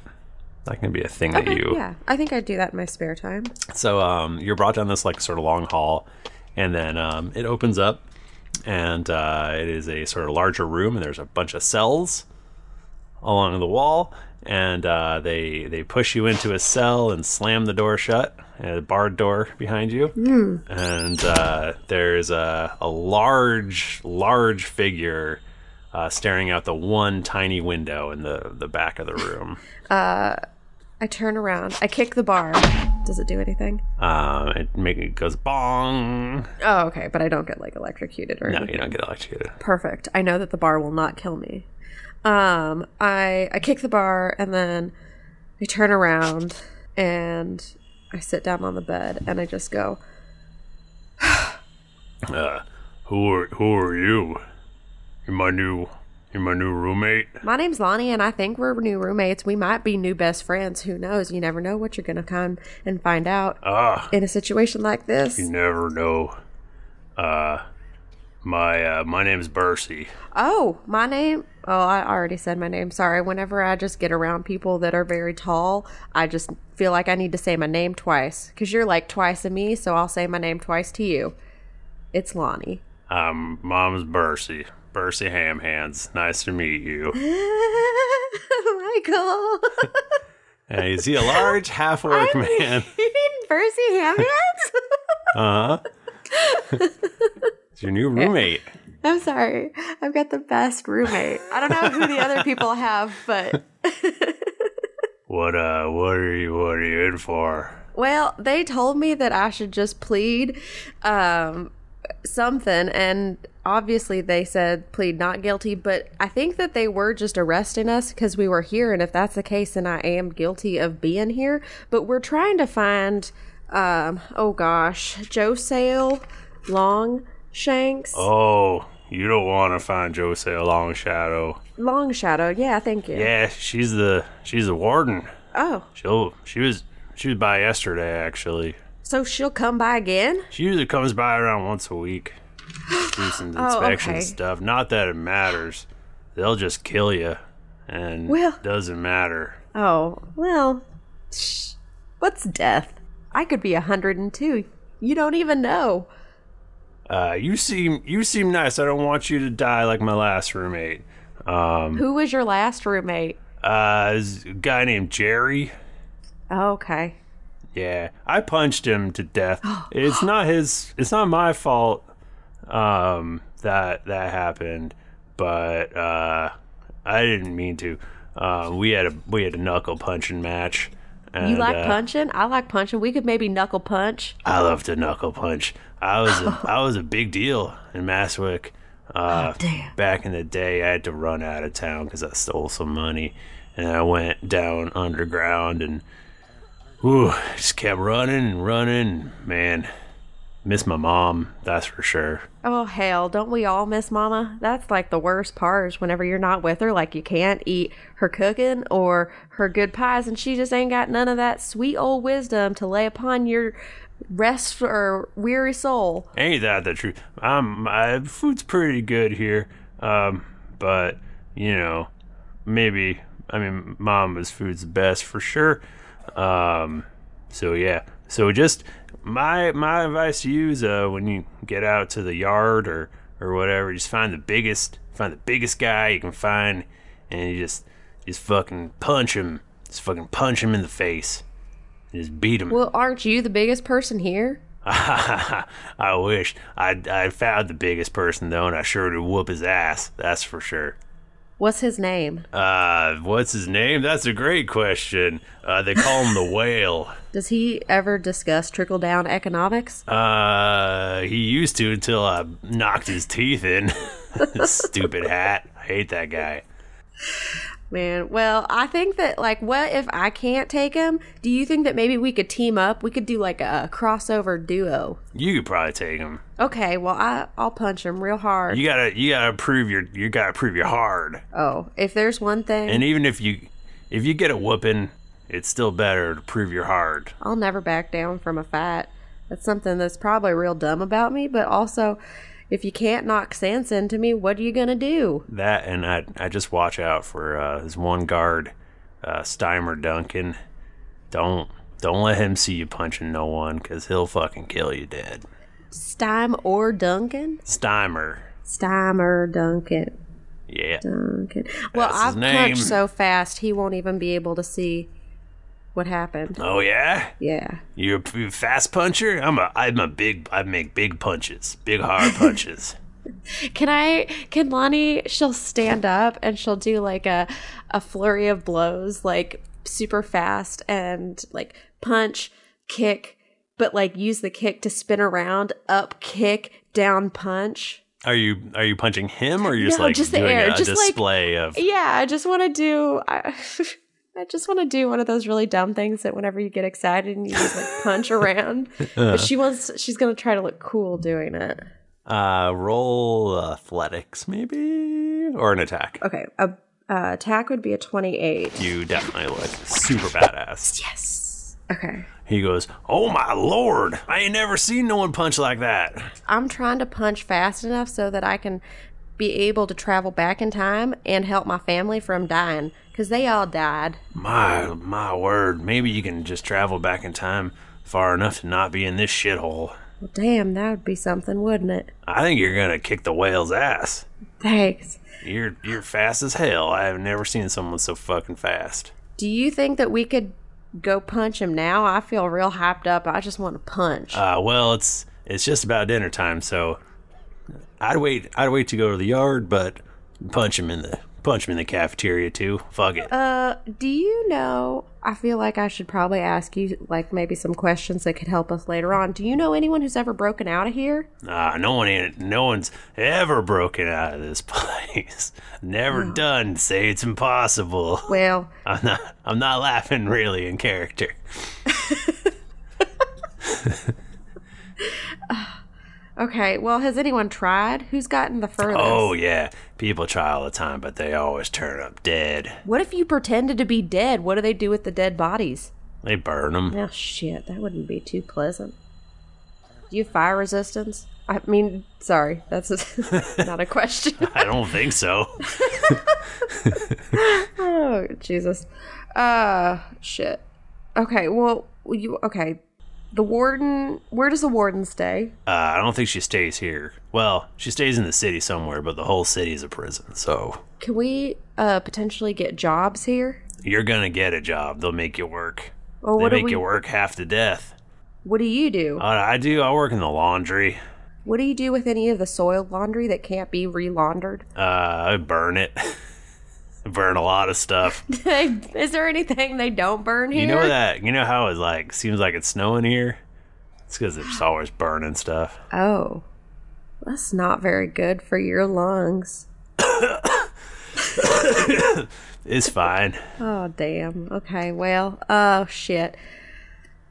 A: That can be a thing that you
E: yeah, I think I'd do that in my spare time.
A: So um, you're brought down this like sort of long hall, and then um, it opens up, and uh, it is a sort of larger room, and there's a bunch of cells along the wall, and uh, they they push you into a cell and slam the door shut, a barred door behind you,
E: Hmm.
A: and uh, there's a a large large figure. Uh, staring out the one tiny window in the, the back of the room.
E: Uh, I turn around. I kick the bar. Does it do anything?
A: Um, it, make, it goes bong.
E: Oh, okay, but I don't get like electrocuted or
A: No,
E: anything.
A: you don't get electrocuted.
E: Perfect. I know that the bar will not kill me. Um, I I kick the bar and then I turn around and I sit down on the bed and I just go,
P: Uh, who are who are you? You're my new you're my new roommate.
E: "My name's Lonnie and I think we're new roommates. We might be new best friends. Who knows? You never know what you're gonna come and find out
P: Ah,
E: in a situation like this."
P: you never know. Uh, my uh, my name's Bercy.
E: Oh, my name. Oh, I already said my name. Sorry. Whenever I just get around people that are very tall, I just feel like I need to say my name twice because you're like twice to me, so I'll say my name twice to you. It's Lonnie.
P: Um, mom's Bercy. Bercy Ham Hands. Nice to meet you.
E: *laughs* Michael.
A: And you see a large half orc
E: *laughs*
A: man.
P: *laughs*
E: Percy Hammonds?
A: Uh huh.
P: Uh-huh.
A: it's your new roommate.
E: I'm sorry. I've got the best roommate. I don't know who the other people have, but
P: What uh, what are you what are you in for?
E: Well, they told me that I should just plead um, something, and obviously they said plead not guilty, but I think that they were just arresting us because we were here, and if that's the case, then I am guilty of being here. But we're trying to find, um, oh gosh, Joe Sale, Long Shanks,
P: Oh, you don't want to find Jose Long Shadow.
E: Long Shadow. Yeah, thank you.
P: Yeah, she's the she's the warden.
E: Oh,
P: She'll she was she was by yesterday actually.
E: So she'll come by again?
A: She usually comes by around once a week. Do some
E: Oh,
A: inspection
E: okay.
A: stuff. Not that it matters. They'll just kill you, and
E: Well-
A: doesn't matter.
E: Oh, well, shh. what's death? I could be 102. You don't even know.
A: Uh, you seem you seem nice. I don't want you to die like my last roommate. Um,
E: Who was your last roommate?
A: Uh, there's a guy named Jerry.
E: Oh, okay.
A: Yeah, I punched him to
E: *gasps*
A: death. It's not his. It's not my fault. Um, that that happened, but uh, I didn't mean to. Uh, we had a we had a knuckle punching match. And,
E: you like
A: uh,
E: punching? I like punching. We could maybe knuckle punch.
A: I love to knuckle punch. I was a, I was a big deal in Masswick. Uh, Back in the day, I had to run out of town because I stole some money, and I went down underground and whew, just kept running and running. Man, miss my mom, that's for sure.
E: Oh, hell, don't we all miss Mama? That's like the worst part is whenever you're not with her, like you can't eat her cooking or her good pies, and she just ain't got none of that sweet old wisdom to lay upon your rest or weary soul.
A: Ain't that the truth? I'm my food's pretty good here, um, but you know, maybe I mean Mama's food's the best for sure. Um, so yeah, so just my my advice to you is uh, when you get out to the yard or or whatever, just find the biggest find the biggest guy you can find, and you just just fucking punch him, just fucking punch him in the face, just beat him.
E: Well, aren't you the biggest person here?
A: *laughs* I wish I I found the biggest person though, and I sure would whoop his ass. That's for sure.
E: What's his name?
A: Uh, what's his name? That's a great question. Uh, they call him the *laughs* whale.
E: Does he ever discuss trickle down economics?
A: Uh, he used to until I knocked his teeth in. *laughs* Stupid hat. I hate that guy.
E: Man, well, I think that, like, what if I can't take him? Do you think that maybe we could team up? We could do, like, a crossover duo.
A: You could probably take him.
E: Okay, well, I, I'll punch him real hard.
A: You gotta you gotta prove your you gotta prove you're hard.
E: Oh, if there's one thing,
A: And even if you if you get a whooping, it's still better to prove you're hard.
E: I'll never back down from a fight. That's something that's probably real dumb about me, but also, if you can't knock sense into me, what are you gonna do?
A: That and I, I just watch out for uh, this one guard, uh, Steimer Duncan. Don't don't let him see you punching no one, cause he'll fucking kill you dead.
E: Stime or Duncan?
A: Steimer,
E: Stimer Duncan.
A: yeah.
E: Duncan. Well,
A: That's his
E: I've
A: name.
E: punched so fast he won't even be able to see what happened.
A: Oh yeah,
E: Yeah.
A: you're a p- fast puncher. I'm a I'm a big I make big punches, big hard
E: *laughs*
A: punches.
E: Can I? Can Lonnie? She'll stand up and she'll do like a a flurry of blows, like super fast and like punch, kick, but like use the kick to spin around, up, kick, down, punch.
A: are you are you punching him or are you just
E: No,
A: like
E: just the
A: doing
E: air,
A: a
E: just like-
A: display of?
E: Yeah, I just want to do. I, *laughs* I just want to do one of those really dumb things that whenever you get excited and you just
A: *laughs*
E: like punch around.
A: Uh-huh.
E: But she wants. She's gonna try to look cool doing it.
Q: Uh, roll athletics, maybe, or an attack.
E: Okay. A uh, attack would be a twenty-eight.
Q: You definitely look super badass.
E: Yes. Okay.
A: He goes, "Oh my lord, I ain't never seen no one punch like that."
E: I'm trying to punch fast enough so that I can be able to travel back in time and help my family from dying because they all died.
A: My my word, maybe you can just travel back in time far enough to not be in this shithole.
E: Well, damn, that would be something, wouldn't it?
A: I think you're gonna kick the whale's ass.
E: Thanks.
A: You're you're fast as hell. I have never seen someone so fucking fast.
E: Do you think that we could go punch him now? I feel real hyped up. I just want to punch.
A: Uh well it's it's just about dinner time, so I'd wait I'd wait to go to the yard, but punch him in the punch him in the cafeteria too. Fuck it.
E: Uh, do you know? I feel like I should probably ask you, like, maybe some questions that could help us later on. Do you know anyone who's ever broken out of here?
A: Ah, no one ain't, no one's ever broken out of this *laughs* place. Never done. Say it's impossible.
E: Hmm. Well,
A: *laughs* I'm not I'm not laughing really in character.
E: okay. Well, has anyone tried? Who's gotten the furthest?
A: Oh yeah, people try all the time, but they always turn up dead.
E: What if you pretended to be dead? What do they do with the dead bodies?
A: They burn them.
E: Oh, shit. That wouldn't be too pleasant. Do you have fire resistance? I mean, sorry, that's *laughs* a, not a question.
A: *laughs* I don't think
E: *laughs*
A: so.
E: oh Jesus, uh, shit. Okay, well, you okay? The warden. Where does the warden stay?
A: Uh, I don't think she stays here. Well, she stays in the city somewhere, but the whole city's a prison, so
E: Can we uh potentially get jobs here?
A: you're gonna get a job. They'll make you work.
E: Well,
A: they
E: what do
A: make
E: we-
A: you work half to death.
E: What do you do?
A: Uh, I do. I work in the laundry.
E: What do you do with any of the soiled laundry that can't be re-laundered? *laughs*
A: Uh, I burn it. *laughs* burn a lot of stuff.
E: Is there anything they don't burn here?
A: You know that? You know how it like seems like it's snowing here? It's because it's always burning stuff.
E: Oh, that's not very good for your lungs.
A: It's fine.
E: Oh damn. Okay. Well. Oh shit.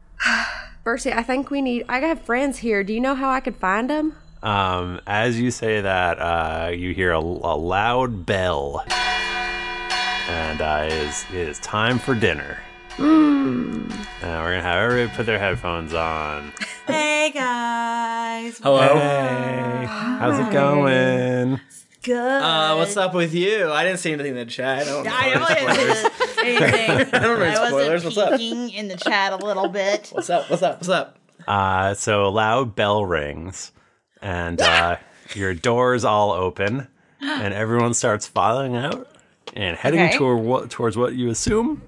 E: *sighs* Bertie, I think we need. I got friends here. Do you know how I could find them?
A: Um, as you say that, uh, you hear a, a loud bell, and uh, it is it is time for dinner.
B: Mm.
A: Uh, we're gonna have everybody put their headphones on.
B: Hey guys.
A: Hey, how's it going?
B: Good.
C: Uh, what's up with you? I didn't see anything in the chat. I don't know.
B: I know
C: *laughs*
B: it
C: I don't know
B: I
C: spoilers.
B: wasn't
C: What's up?
B: peeking in the chat a little bit.
C: What's up? What's up? What's up?
A: Uh, so a loud bell rings, and uh, your doors all open, and everyone starts filing out and heading
B: Okay.
A: toward what towards what you assume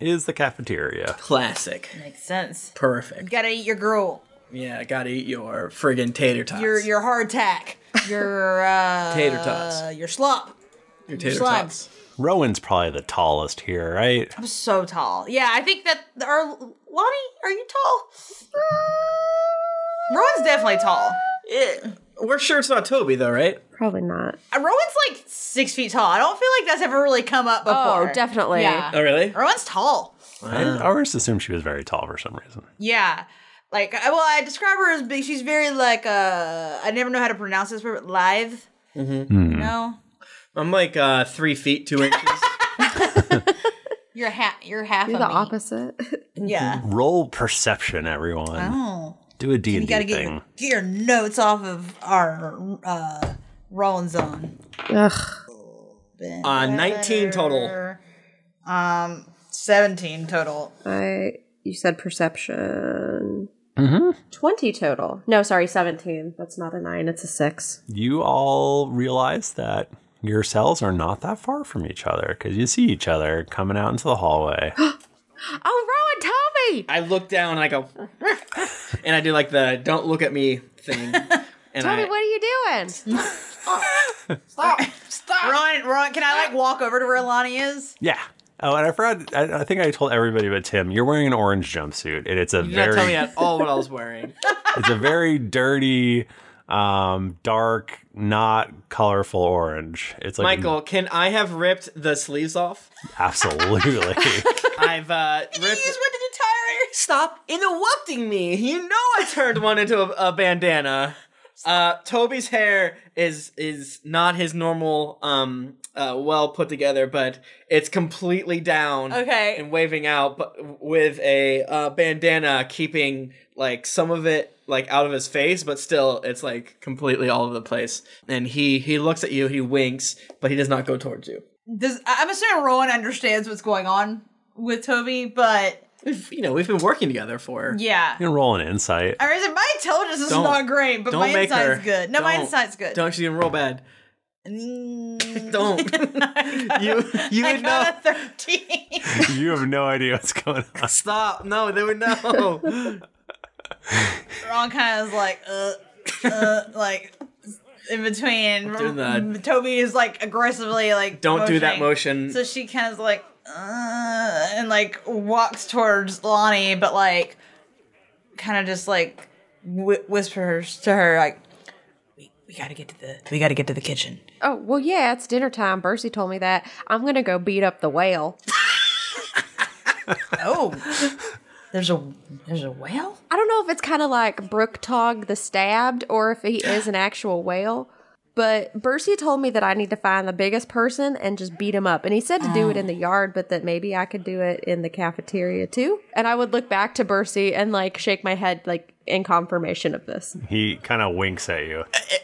A: is the cafeteria.
C: Classic.
B: Makes sense.
C: Perfect.
B: gotta eat your gruel,
C: Yeah, gotta eat your friggin' tater tots.
B: your your hardtack,
C: *laughs*
B: your uh,
A: Tater tots.
B: your slop,
A: Your
B: tater slime. tots.
A: Rowan's probably the tallest here, right?
B: I'm so tall. Yeah, I think that our Lonnie, are you tall? Rowan's definitely tall.
C: We're sure it's not Toby though, right?
E: Probably not.
B: Uh, Rowan's like six feet tall. I don't feel like that's ever really come up before.
E: Oh, definitely.
B: Yeah.
C: Oh, really?
B: Rowan's tall.
A: I, I always assumed she was very tall for some reason.
B: Yeah. Like, I, well, I describe her as big. She's very like, uh, I never know how to pronounce this word, live.
C: Mm-hmm.
B: You know?
C: I'm like uh, three feet
E: *laughs*
C: two inches.
B: You're, ha- you're half
E: You're
B: of
E: the
B: me.
E: opposite.
A: Mm-hmm.
B: Yeah.
A: Roll perception, everyone.
B: Oh.
A: Do a D
B: You
A: and
B: gotta
A: D
B: get
A: thing.
B: your, get your notes off of our uh, Rowan zone.
C: Uh, 19 total.
B: Um, 17 total.
E: *laughs* I. You said perception.
A: Mhm.
E: Twenty total. No, sorry, seventeen. That's not a nine. It's a six.
A: You all realize that your cells are not that far from each other because you see each other coming out into the
B: *gasps*
A: hallway.
E: Oh, Rowan, Toby!
C: I look down and I go, and I do like the "don't look at me"
E: *laughs*
C: thing. And
E: Toby,
C: I,
E: what are you doing?
B: *laughs* Stop! Stop! Rowan, Rowan, can I like walk over to where Lonnie is?
A: Yeah. Oh, and I forgot. I, I think I told everybody but Tim. You're wearing an orange jumpsuit, and it's a
C: you
A: very
C: not tell me at all what I was wearing.
A: *laughs* it's a very dirty, um, dark, not colorful orange. It's like
C: Michael, can I have ripped the sleeves off?
A: *laughs* absolutely. *laughs*
C: I've uh, ripped.
B: He's with an entire.
C: Stop interrupting me. You know I turned one into a, a bandana. Uh, Toby's hair is is not his normal, um, uh, well put together, but it's completely down,
B: Okay.
C: and waving out, but with a uh, bandana keeping like some of it like out of his face, but still it's like completely all over the place. And he he looks at you, he winks, but he does not go towards you.
B: Does I- I'm assuming Rowan understands what's going on with Toby, but
C: You know we've been working together for
B: yeah.
A: You can roll an insight.
B: I mean, my intelligence is
C: Don't-
B: not great, but
C: don't
B: my
C: make
B: insight's
C: her.
B: good. No, my
C: Don't.
B: insight's good. *laughs* Mm.
C: Don't she's gonna roll bad. *laughs* Don't.
B: *laughs*
C: you would know.
B: Got a 13.
A: you have no idea what's going on.
C: Stop. No, they would know.
B: Ron kind of is like, uh, uh, like in between. Mm,
C: Doing the-
B: Toby is like aggressively like.
C: Don't do that
B: motioning.
C: motion.
B: So she kind of like, uh, and like walks towards Lonnie, but like, kind of just like whi whispers to her like, "We, we gotta get to the, we gotta get to the kitchen."
E: Oh, well, yeah, it's dinner time. Bercy told me that. I'm going to go beat up the
B: *laughs*
E: whale.
B: oh. *laughs* There's a there's a whale?
E: I don't know if it's kind of like Brooktog the Stabbed or if he is an actual whale. But Bercy told me that I need to find the biggest person and just beat him up. And he said to do it in the yard, but that maybe I could do it in the cafeteria too. And I would look back to Bercy and like shake my head, like, in confirmation of this.
A: *laughs* He kind of winks at you.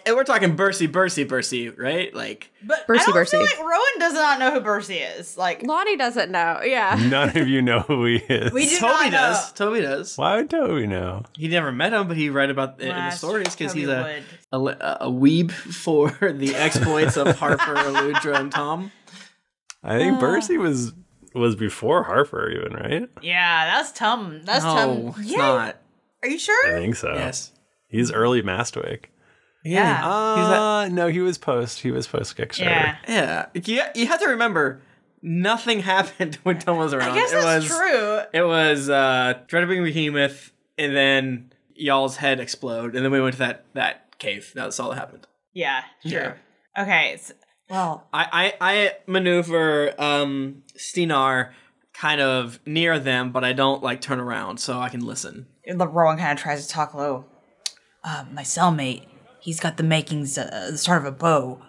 C: And Uh, we're talking Bursey, Bursey, Bursey, right? Like
B: But
E: Bursey,
B: I don't
E: Bursey.
B: feel like Rowan does not know who Bursey is. Like
E: Lonnie doesn't know. Yeah.
B: *laughs*
A: None of you know who he is.
B: We do
C: Toby
B: not know.
C: does. Toby does.
A: Why would Toby know?
C: He never met him, but he read about it in the
B: Last
C: stories because
B: Toby
C: he's a,
B: would.
C: a li- a a weeb for *laughs* the exploits of Harper, Aludra, and Tom.
A: I think
B: Uh.
A: Bursey was was before Harper, even right?
B: Yeah, that's Tum. That's
A: No,
B: Tum.
A: it's
B: yeah.
A: not.
B: Are you sure?
A: I think so. Yes, he's early Mastwick.
B: Yeah.
A: Uh, no, he was post. He was post Kickstarter.
C: Yeah. Yeah. You have to remember, nothing *laughs* happened when Tom was around.
B: guess
C: it
B: that's
C: was,
B: true.
C: It was uh, Dreadbring Behemoth, and then y'all's head explode, and then we went to that that cave. That's all that happened.
B: Yeah, sure. Okay. s- well,
C: I, I, I maneuver um, Stinar kind of near them, but I don't like turn around so I can listen. *laughs*
B: the Rowan kind of tries to talk low. Uh, my cellmate, he's got the makings, uh, the start of a bow,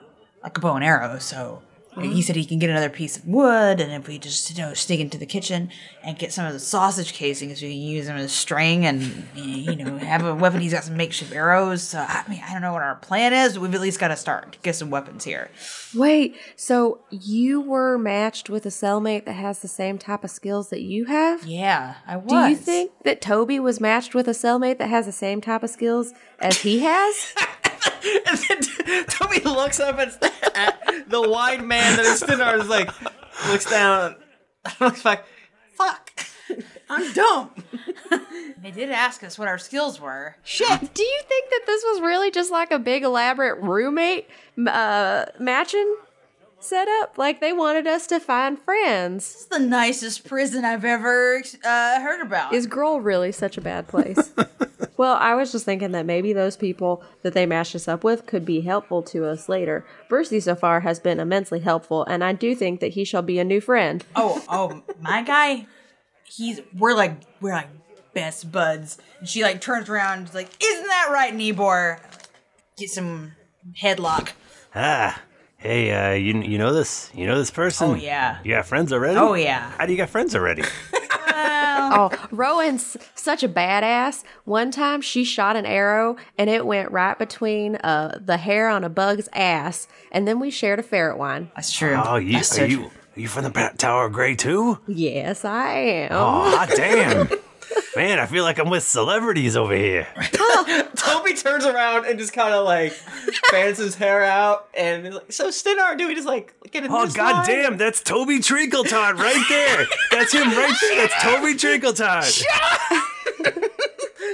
B: like a bow and arrow. So he said he can get another piece of wood, and if we just you know sneak into the kitchen and get some of the sausage casings, we can use them as string, and you know have a weapon. He's got some makeshift arrows. So I mean, I don't know what our plan is. But we've at least got to start get some weapons here.
E: Wait, so you were matched with a cellmate that has the same type of skills that you have?
B: Yeah, I
E: Do you
B: was.
E: think that Toby was matched with a cellmate that has the same type of skills as he has?
C: Toby looks up at, at the wide man that is Stinar is like, looks down, looks back. I'm dumb.
B: *laughs* they did ask us what our skills were.
E: Shit. Do you think that this was really just like a big elaborate roommate m- uh, matching setup? Like they wanted us to find friends.
B: This is the nicest prison I've ever uh, heard about.
E: Is Grohl really such a bad
B: *laughs*
E: place? well, I was just thinking that maybe those people that they matched us up with could be helpful to us later. Bursty so far has been immensely helpful, and I do think that he shall be a new friend.
B: oh, oh, my guy, he's we're like we're like best buds. And she like turns around, and is like, isn't that right, Nebor? Get some headlock.
A: Ah, hey, uh, you you know this you know this person?
B: Oh, yeah.
A: you got friends already?
B: Oh, yeah.
A: How do you got friends already?
E: Oh, Rowan's such a badass. One time she shot an arrow and it went right between uh, the hair on a bug's ass, and then we shared a ferret wine.
B: That's true.
A: Oh, you
E: That's so
A: are you are you from the Bat Tower of Gray too?
E: Yes, I am.
A: Oh,
E: *laughs*
A: hot damn, man! I feel like I'm with celebrities over here.
C: *laughs* Toby turns around and just kind of like fans his hair out and is like, so Stinar, do we just like get in
A: Oh
C: this
A: god
C: line?"
A: damn, that's Toby Trinkelton right there. That's him right there. That's Toby
B: *laughs*
A: Trinkelton.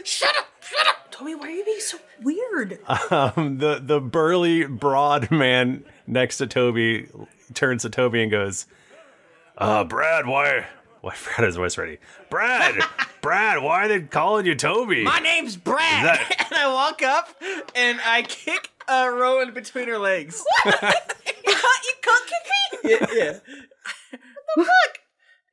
B: Shut up! Shut up, Toby. Why are you being so weird?
C: Uh,
A: Um, the the burly broad man next to Toby turns to Toby and goes, "Uh, Brad, why? Why *laughs* Brad has his voice ready?
C: *laughs*
A: Brad, Brad, why are they calling you Toby?
C: My name's Brad,
A: That-
C: *laughs* and I walk up and I kick uh, Rowan between her legs. *laughs*
B: you can't kick
C: me. Yeah, yeah.
B: What the fuck?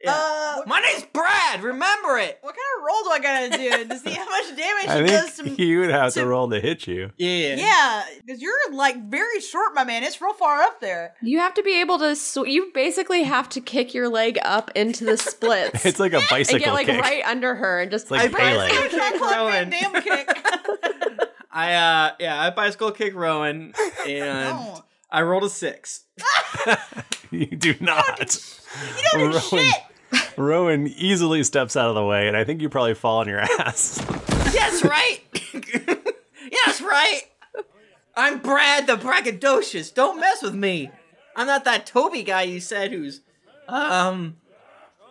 C: Yeah.
B: Uh,
C: My name's Brad. Remember it.
B: What kind of roll do I gotta do to see how much
A: *laughs*
B: damage
A: I
B: it does to
A: think he would have to roll to hit you.
C: Yeah,
B: Yeah, because you're like very short, my man. It's real far up there.
E: You have to be able to. Sw- you basically have to kick your leg up
A: *laughs*
E: into the splits.
A: It's like a bicycle
E: and get like
A: kick.
E: right under her and just
A: It's like
E: I-
A: Pele.
C: kick Rowan. Damn kick. *laughs* I uh yeah, I bicycle kick *laughs* Rowan and I rolled a *laughs* six.
A: *laughs* You do not.
B: You
A: Rowan, Rowan easily steps out of the way, and I think you probably fall on your *laughs* ass.
C: yes, right. yes, right. I'm Brad the braggadocious. Don't mess with me. I'm not that Toby guy you said who's um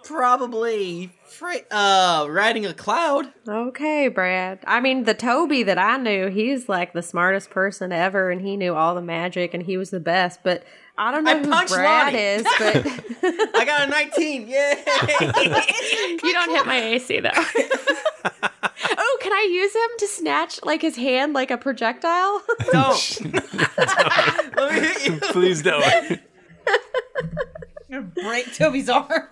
C: probably fri- uh riding a cloud.
E: okay, Brad. I mean, the Toby that I knew, he's like the smartest person ever, and he knew all the magic, and he was the best. But I don't know
C: I
E: who
C: punched
E: Brad
C: Lonnie. *laughs*
E: is. But
C: I got a 19. Yay.
E: you don't hit my AC
C: *laughs*
E: though. oh, can I use him to snatch like his hand like
C: *laughs*
E: a projectile?
C: Don't. Let me
A: Please don't.
C: *laughs*
B: break Toby's arm.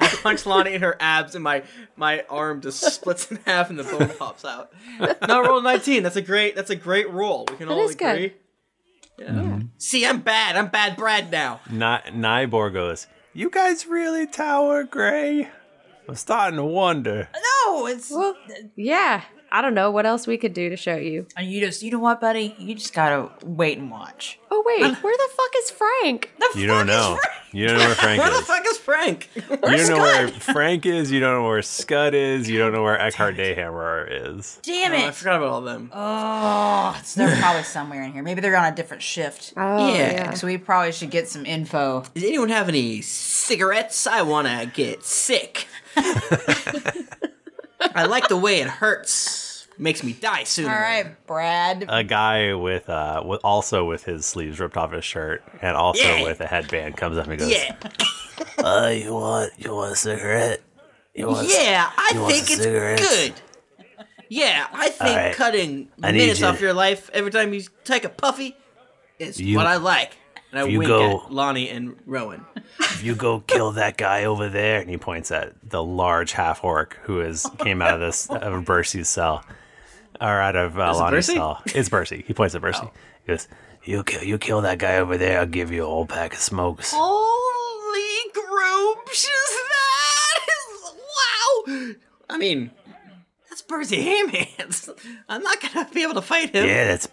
C: I punch Lonnie in her abs, and my my arm just splits in half, and the *laughs* bone pops out. No, roll nineteen. That's a great. That's a great roll. We can
E: That
C: all
E: is good.
C: agree. Yeah.
A: Mm-hmm.
C: See, I'm bad. I'm bad Brad now.
A: Ni- Nibor goes, You guys really Tower Gray? I'm starting to wonder.
B: No, it's
E: yeah. I don't know what else we could do to show you.
J: And you just, you know what, buddy? You just gotta wait and watch.
E: Oh wait, where the fuck is Frank?
A: You don't know. You don't know where Frank is.
C: fuck is Frank?
A: You don't know where Frank is. You don't know where Scud is. You don't know where Eckhart Dayhammer is.
B: Damn it!
C: I forgot about all them.
B: Oh, it's- they're probably somewhere in here. Maybe they're on a different shift.
C: Oh, yeah.
B: So we probably should get some info.
C: Does anyone have any cigarettes? I want to get sick. I like the way it hurts. Makes me die
B: All
C: sooner.
B: right, Brad.
A: A guy with uh, with also with his sleeves ripped off his shirt and also
B: Yeah.
A: with a headband comes up and goes,
C: Yeah.
A: "Uh, you want you want a cigarette? You want
C: yeah, I
A: you want
C: think it's
A: cigarettes?
C: good. Yeah, I think
A: Alright.
C: cutting
A: I need
C: minutes
A: you
C: off
A: to-
C: your life every time you take a puffy is
A: You-
C: what I like. And I
A: you
C: wink
A: go-
C: at Lonnie and Rowan.
A: *laughs* If you go kill that guy over there," and he points at the large half orc who is came out of
C: *laughs*
A: this out of Bercy's cell, or out of uh,
P: Is it
A: Lonnie's
P: Bercy?
A: cell. It's Bercy. He points at
C: Oh.
A: Bercy. He goes, "You kill you kill that guy over there. I'll give you a whole pack of smokes."
C: Holy groups
B: *laughs*
C: is that? wow. I mean, that's Percy Hayman's. *laughs* I'm not going to be able to fight him.
A: Yeah, that's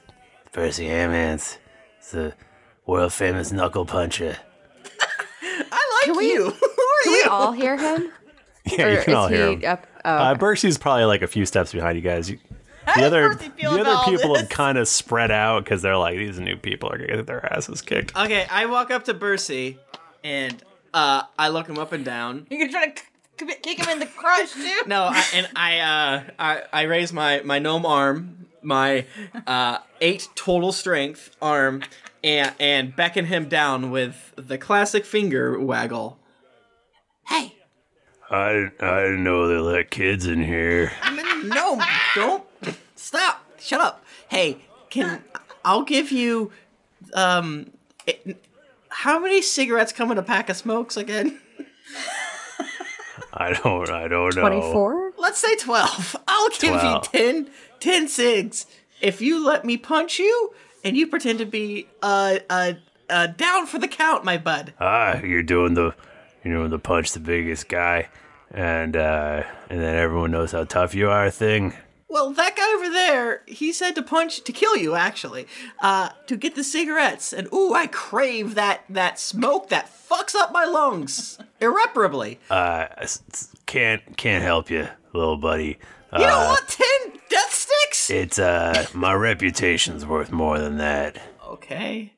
A: Percy Hammons. It's the world famous knuckle puncher.
C: I like you. *laughs* Who are
E: Can we all
C: *laughs*
E: hear him?
A: Yeah,
E: Or
A: you can all
E: is
A: hear
E: he
A: him.
E: up- oh,
A: Uh,
E: okay.
A: Bercy's probably like a few steps behind you guys. You,
E: How
A: the
E: does
A: other,
E: Bercy
A: the
E: feel
A: other
C: about all
A: people have
C: this?
A: kind of spread out because they're like, these new people are going to get their asses kicked.
C: Okay, I walk up to Percy and uh, I look him up and down.
B: You can try to k- k- kick him in the crotch *laughs* too.
C: No, I, and I, uh, I I raise my my gnome arm, my uh, eight total strength arm, and and beckon him down with the classic finger waggle.
P: I didn't, I didn't know they let kids in here.
C: no, don't stop. Shut up. Hey, can I'll give you um it, how many cigarettes come in a pack of smokes again?
P: I don't. I don't know.
C: Let's say 12. *laughs* I'll give
P: 12.
C: you 10, 10 cigs if you let me punch you and you pretend to be uh uh, uh down for the count, my bud.
P: Ah, you're doing the, you know, the punch the biggest guy, and uh, and then everyone knows how tough you are thing.
C: Well, that guy over there, he said to punch to kill you actually. Uh to get the cigarettes and ooh, I crave that that smoke that fucks up my lungs *laughs* irreparably.
P: Uh, s- s- can't can't help you, little buddy. Uh,
C: You don't want 10 death sticks?
P: It's uh, my reputation's worth more than that.
C: Okay.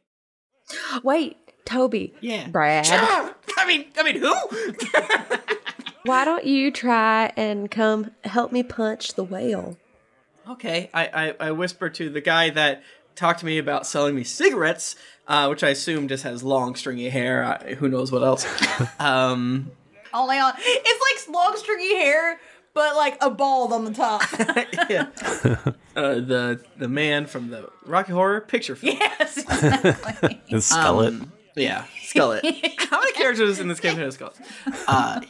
E: Wait, Toby.
C: Yeah.
E: Brad.
C: I mean, I mean who?
E: Why don't you try and come help me punch the whale?
C: Okay, I, I, I whisper to the guy that talked to me about selling me cigarettes, uh, which I assume just has long, stringy hair. I, who knows what else? um,
B: Only on. It's like long stringy hair, but like a bald on the *laughs* top.
C: uh, the the man from the Rocky Horror Picture Film.
B: Yes,
C: exactly.
A: His skullet.
C: yeah, skullet. How many characters in this game have skullet? Uh,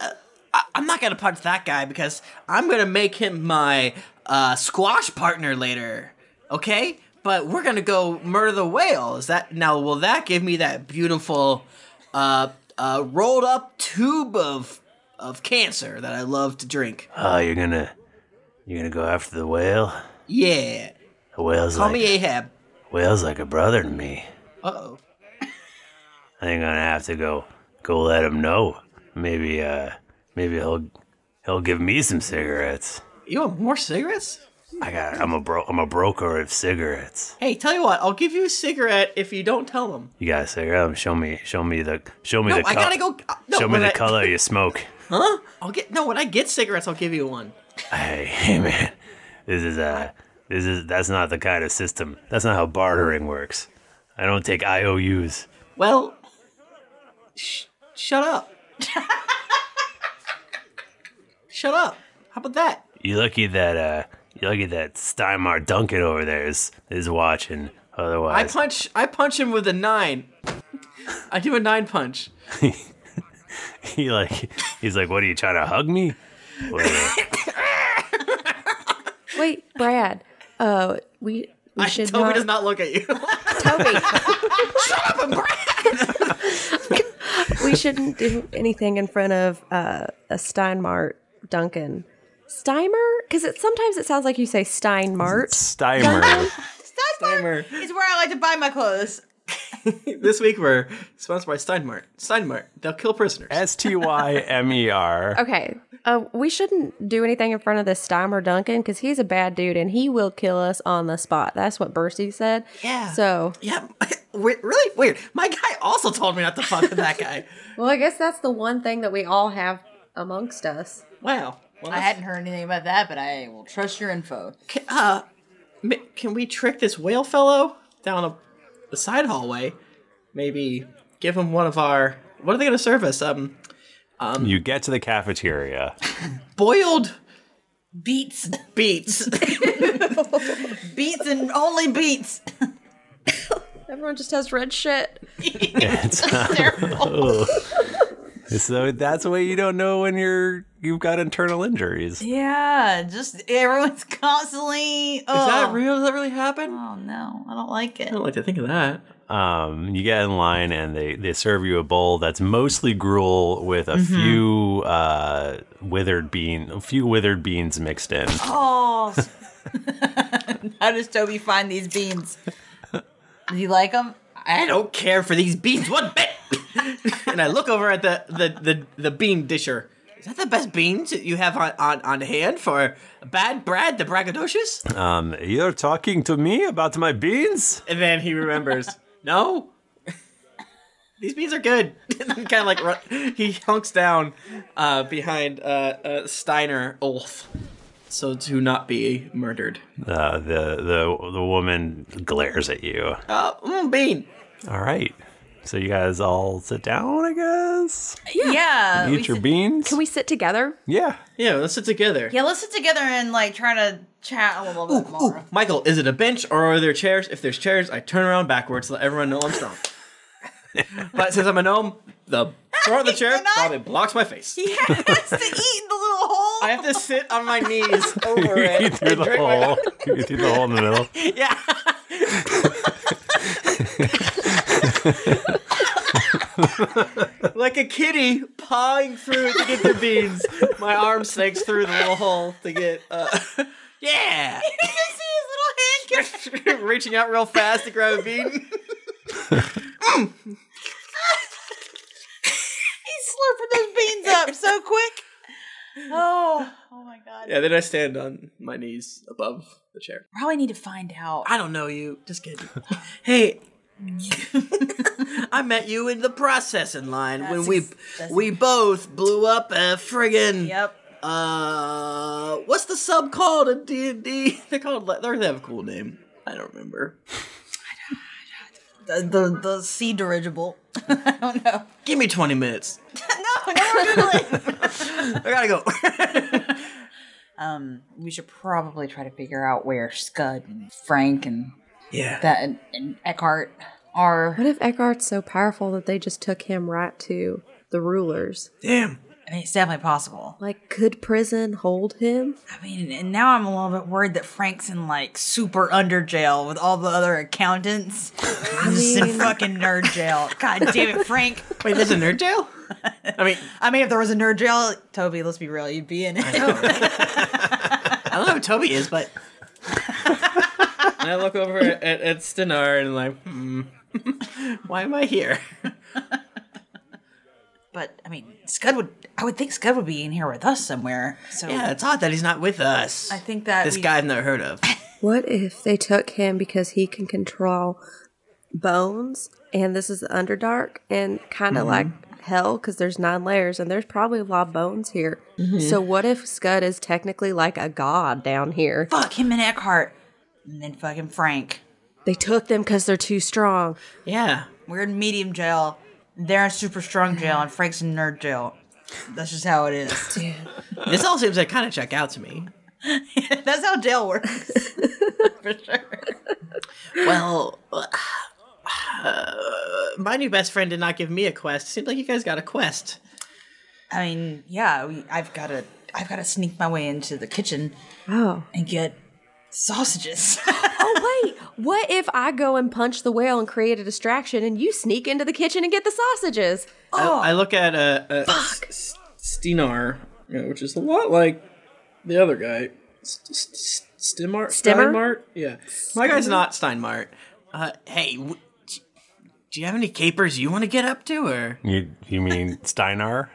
C: uh, I, I'm not gonna punch that guy because I'm gonna make him my uh, squash partner later. Okay, but we're gonna go murder the whale. Is that now? Will that give me that beautiful uh, uh, rolled up tube of of cancer that I love to drink?
A: Uh,
P: Oh, you're gonna you're gonna go after the whale.
C: Yeah,
P: The whale's
C: call
P: like
C: me Ahab.
P: whale's like a brother to me.
C: Uh oh.
P: I think I'm gonna have to go go let him know. Maybe uh maybe he'll he'll give me some cigarettes.
C: You want more cigarettes?
P: I got I'm a bro I'm a broker of cigarettes.
C: Hey, tell you what, I'll give you a cigarette if you don't tell them.
P: You got a cigarette? Show me show me the show me
C: no,
P: the
C: I
P: col-
C: gotta go. uh, No,
P: show me
C: when
P: the
C: I-
P: color you
C: *laughs*
P: smoke.
C: Huh? I'll get no. When I get cigarettes, I'll give you one.
P: Hey, *laughs* hey man. This is uh this is that's not the kind of system. That's not how bartering works. I don't take IOUs.
C: Well, sh- shut up. shut up. How about that?
P: You lucky that uh you lucky that Steinmar Duncan over there is is watching.
C: I
P: Otherwise,
C: punch. I punch him with a nine. I do a nine punch.
P: *laughs* he like he's like, "What are you trying to hug me?" Well,
E: Wait, Brad. Uh, we, we
C: I,
E: should
C: Toby
E: not-
C: does not look at you. *laughs*
E: we shouldn't do anything in front of uh, a Steinmart Duncan. Steimer? because it sometimes it sounds like you say Steinmart.
A: Steinmart.
C: Steinmart
B: is where I like to buy my clothes.
C: this week we're sponsored by Steinmart. Steinmart, they'll kill prisoners.
A: S T Y M E R.
E: Okay, uh, we shouldn't do anything in front of this Steimer Duncan because he's a bad dude and he will kill us on the spot. That's what Bursty said.
C: Yeah.
E: So
C: yeah, really weird. My guy also told me not to fuck with that guy.
E: Well, I guess that's the one thing that we all have amongst us.
C: Wow. Well,
B: I hadn't heard anything about that, but I will trust your info.
C: Can, uh, m- can we trick this whale fellow down a, the side hallway? Maybe give him one of our. What are they going to serve us? Um, um,
A: You get to the cafeteria.
C: boiled
B: beets.
C: Beets.
B: beets and only beets.
E: *laughs* Everyone just has red shit.
B: *laughs*
A: It's terrible. so that's why you don't know when you're you've got internal injuries.
B: Yeah, just *laughs* everyone's constantly. Is
C: that real? Does that really happen?
B: Oh no, I don't like it.
C: think of that.
A: Um, you get in line and they, they serve you a bowl that's mostly gruel with a
C: Mm-hmm.
B: Mhm.
A: few uh, withered bean, a few withered beans mixed in.
B: *laughs*
C: *laughs*
B: Oh, *laughs* how does Toby find these beans? Do you like them?
C: I don't care for these beans one bit.
B: *laughs*
C: and I look over at the, the, the, the bean disher. Is that the best beans that you have on, on, on hand for Bad Brad the braggadocious?
A: Um, you're talking to me about my beans?
C: And then he
A: *laughs*
C: remembers, no, these beans are good. *laughs* kind of like run, he hunks down uh, behind uh, uh, Steiner Ulf, so to not be murdered.
A: Uh, the the the woman glares at you.
C: Uh, mm, bean.
A: All right, so you guys all sit down, I guess.
E: Yeah.
C: Uh,
B: Yeah.
A: Eat your beans.
E: Can we sit together?
A: Yeah.
C: Yeah, let's sit together.
B: Yeah, let's sit together and like try to chat a little bit more.
C: Michael, is it a bench or are there chairs? If there's chairs, I turn around backwards to let everyone know I'm
B: *laughs*
C: strong. but since I'm a gnome, the front
B: *laughs*
C: of the chair probably blocks my face.
B: He has to eat the little hole.
C: *laughs* I have to sit on
B: *laughs*
C: my knees
A: *laughs*
C: over
A: You
C: it.
A: through
C: and
A: the
C: *laughs* drink my-
A: hole. You through the hole in the middle.
C: *laughs* Yeah. like a kitty pawing through to get their beans. My arm snakes through the little hole to get. Uh, *laughs* yeah.
B: *laughs* You can
C: *laughs*
B: see
C: his little hand reaching out real fast to grab a bean.
B: He's slurping those beans up so quick. Oh, oh my god.
C: Yeah, then I stand on my knees above the chair.
B: Probably need to find out.
C: I don't know you. Just kidding. hey, *laughs* I met you in the processing line when we we both blew up a friggin'
B: yep.
C: Uh, what's the sub called in D and D? *laughs* They're called. They are they have a cool name. I don't remember.
B: The the, the sea dirigible. I don't know.
C: Give me twenty minutes.
B: no, no, we're googling.
C: I gotta go.
B: *laughs* um, we should probably try to figure out where Scud and Frank and
C: yeah
B: that and, and Eckhart are.
E: What if Eckhart's so powerful that they just took him right to the rulers?
C: Damn.
B: I mean, it's definitely possible.
E: Like, could prison hold him?
B: I mean, and now I'm a little bit worried that Frank's in like super under jail with all the other accountants.
C: *laughs*
B: He's just in fucking nerd jail. God damn it, Frank.
C: Wait, there's a nerd jail? I mean,
B: *laughs* I mean, if there was a nerd jail, Toby, let's be real, you'd be in it.
C: I don't know who Toby is, but. *laughs* and I look over at, at, at Stenar and like, hmm, why am I here?
B: *laughs* but I mean, Scud would. I would think Scud would be in here with us somewhere. So
C: Yeah, it's odd that he's not with us.
B: I think that
C: this
B: we-
C: guy I've never heard
B: *laughs*
C: of.
E: What if they took him because he can control bones and this is the Underdark and kind of
C: Mhm.
E: like hell because there's nine layers and there's probably a lot of bones here.
B: Mhm.
E: So, what if Scud is technically like a god down here?
B: Fuck him and Eckhart. And then fucking Frank.
E: They took them because they're too strong.
C: Yeah.
B: We're in medium jail. They're in super strong jail, and Frank's in nerd jail. That's just how it is. *laughs*
C: This all seems like kind of check out to me.
B: That's how jail works. For sure.
C: Well, *sighs* uh, my new best friend did not give me a quest. Seems like you guys got a quest.
B: I mean, yeah, we, I've got to, I've got to sneak my way into the kitchen
E: Oh.
B: and get sausages. *laughs*
E: oh, wait. What if I go and punch the whale and create a distraction and you sneak into the kitchen and get the sausages?
C: I,
B: Oh,
C: I look at uh, uh, S- S- Stinar, you know, which is a lot like the other guy. Stimart?
E: Stimmer?
C: Steinmart? Yeah. My guy's not Steinmart. Uh, hey, w- do you have any capers you want to get up to, or
A: You you mean Steinar?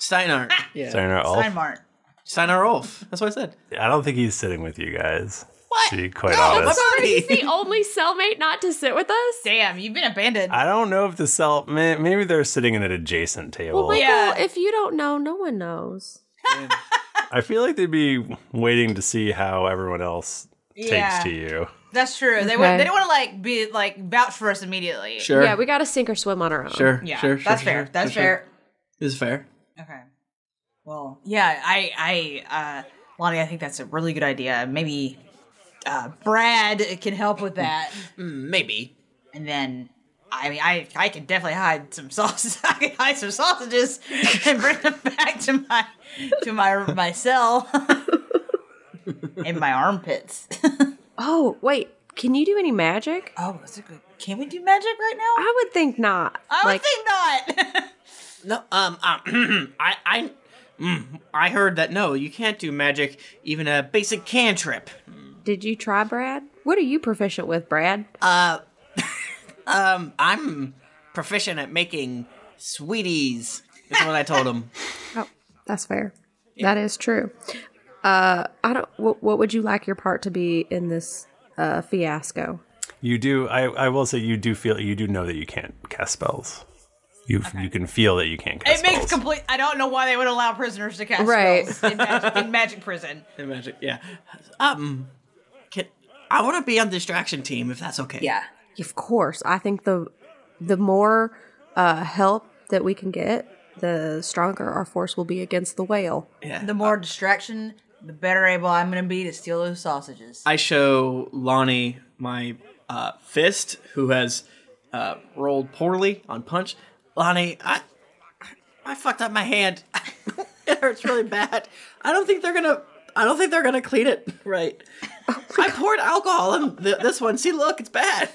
C: Steinart? Yeah.
A: Steinar Ulf? Steinmart.
C: Steinar Ulf. That's what I said.
A: I don't think he's sitting with you guys. What? To be quite
M: Oh,
A: honest.
M: sorry, he's the only cellmate not to sit with us.
B: Damn, you've been abandoned.
A: I don't know if the cell. may- Maybe they're sitting at an adjacent table.
M: Well, Michael, if you don't know, no one knows.
A: I feel like they'd be waiting to see how everyone else
B: Yeah.
A: takes to you.
B: That's true. They would,
M: Okay.
B: they don't want to like be like vouch for us immediately.
M: Yeah, we got to sink or swim on our own.
C: Sure.
B: Yeah,
C: Sure. sure,
B: that's
C: sure,
B: fair.
C: sure,
B: That's
C: sure.
B: fair.
C: This is fair.
B: Okay. Well, yeah, I, I, uh, Lonnie, I think that's a really good idea. Maybe uh, Brad can help with that.
C: Mm, Maybe.
B: And then, I mean, I, I can definitely hide some sausages. *laughs* I can hide some sausages *laughs* and bring them back to my, to my, my cell. *laughs* In my armpits. *laughs*
M: Oh, wait. Can you do any magic?
B: Oh, that's a good. Can we do magic right now?
M: I would think not.
B: I
M: like,
B: would think not.
C: No. Um. um *clears throat* I. I. Mm, I heard that no, you can't do magic, even a basic cantrip.
E: Did you try, Brad? What are you proficient with, Brad?
C: Uh, *laughs* um, I'm proficient at making sweeties. Is what I told
B: *laughs*
C: him.
E: Oh, That's fair. That is true. Uh, I don't. What, what would you like your part to be in this uh, fiasco?
A: You do. I, I will say you do feel you do know that you can't cast spells. You you can feel that you can't cast.
B: It makes complete. I don't know why they would allow prisoners to cast
A: Right.
B: spells in magic, in magic prison.
C: *laughs* In magic, yeah. Um, can, I want to be on distraction team if that's okay.
E: Yeah. Of course. I think the the more uh, help that we can get, the stronger our force will be against the whale.
B: The more distraction, the better able I'm going to be to steal those sausages.
C: I show Lonnie my uh, fist, who has uh, rolled poorly on punch. Lonnie, I I fucked up my hand. *laughs* it hurts really bad. I don't think they're gonna. I don't think they're gonna clean it right. I poured alcohol in th- this one. See, look, it's bad.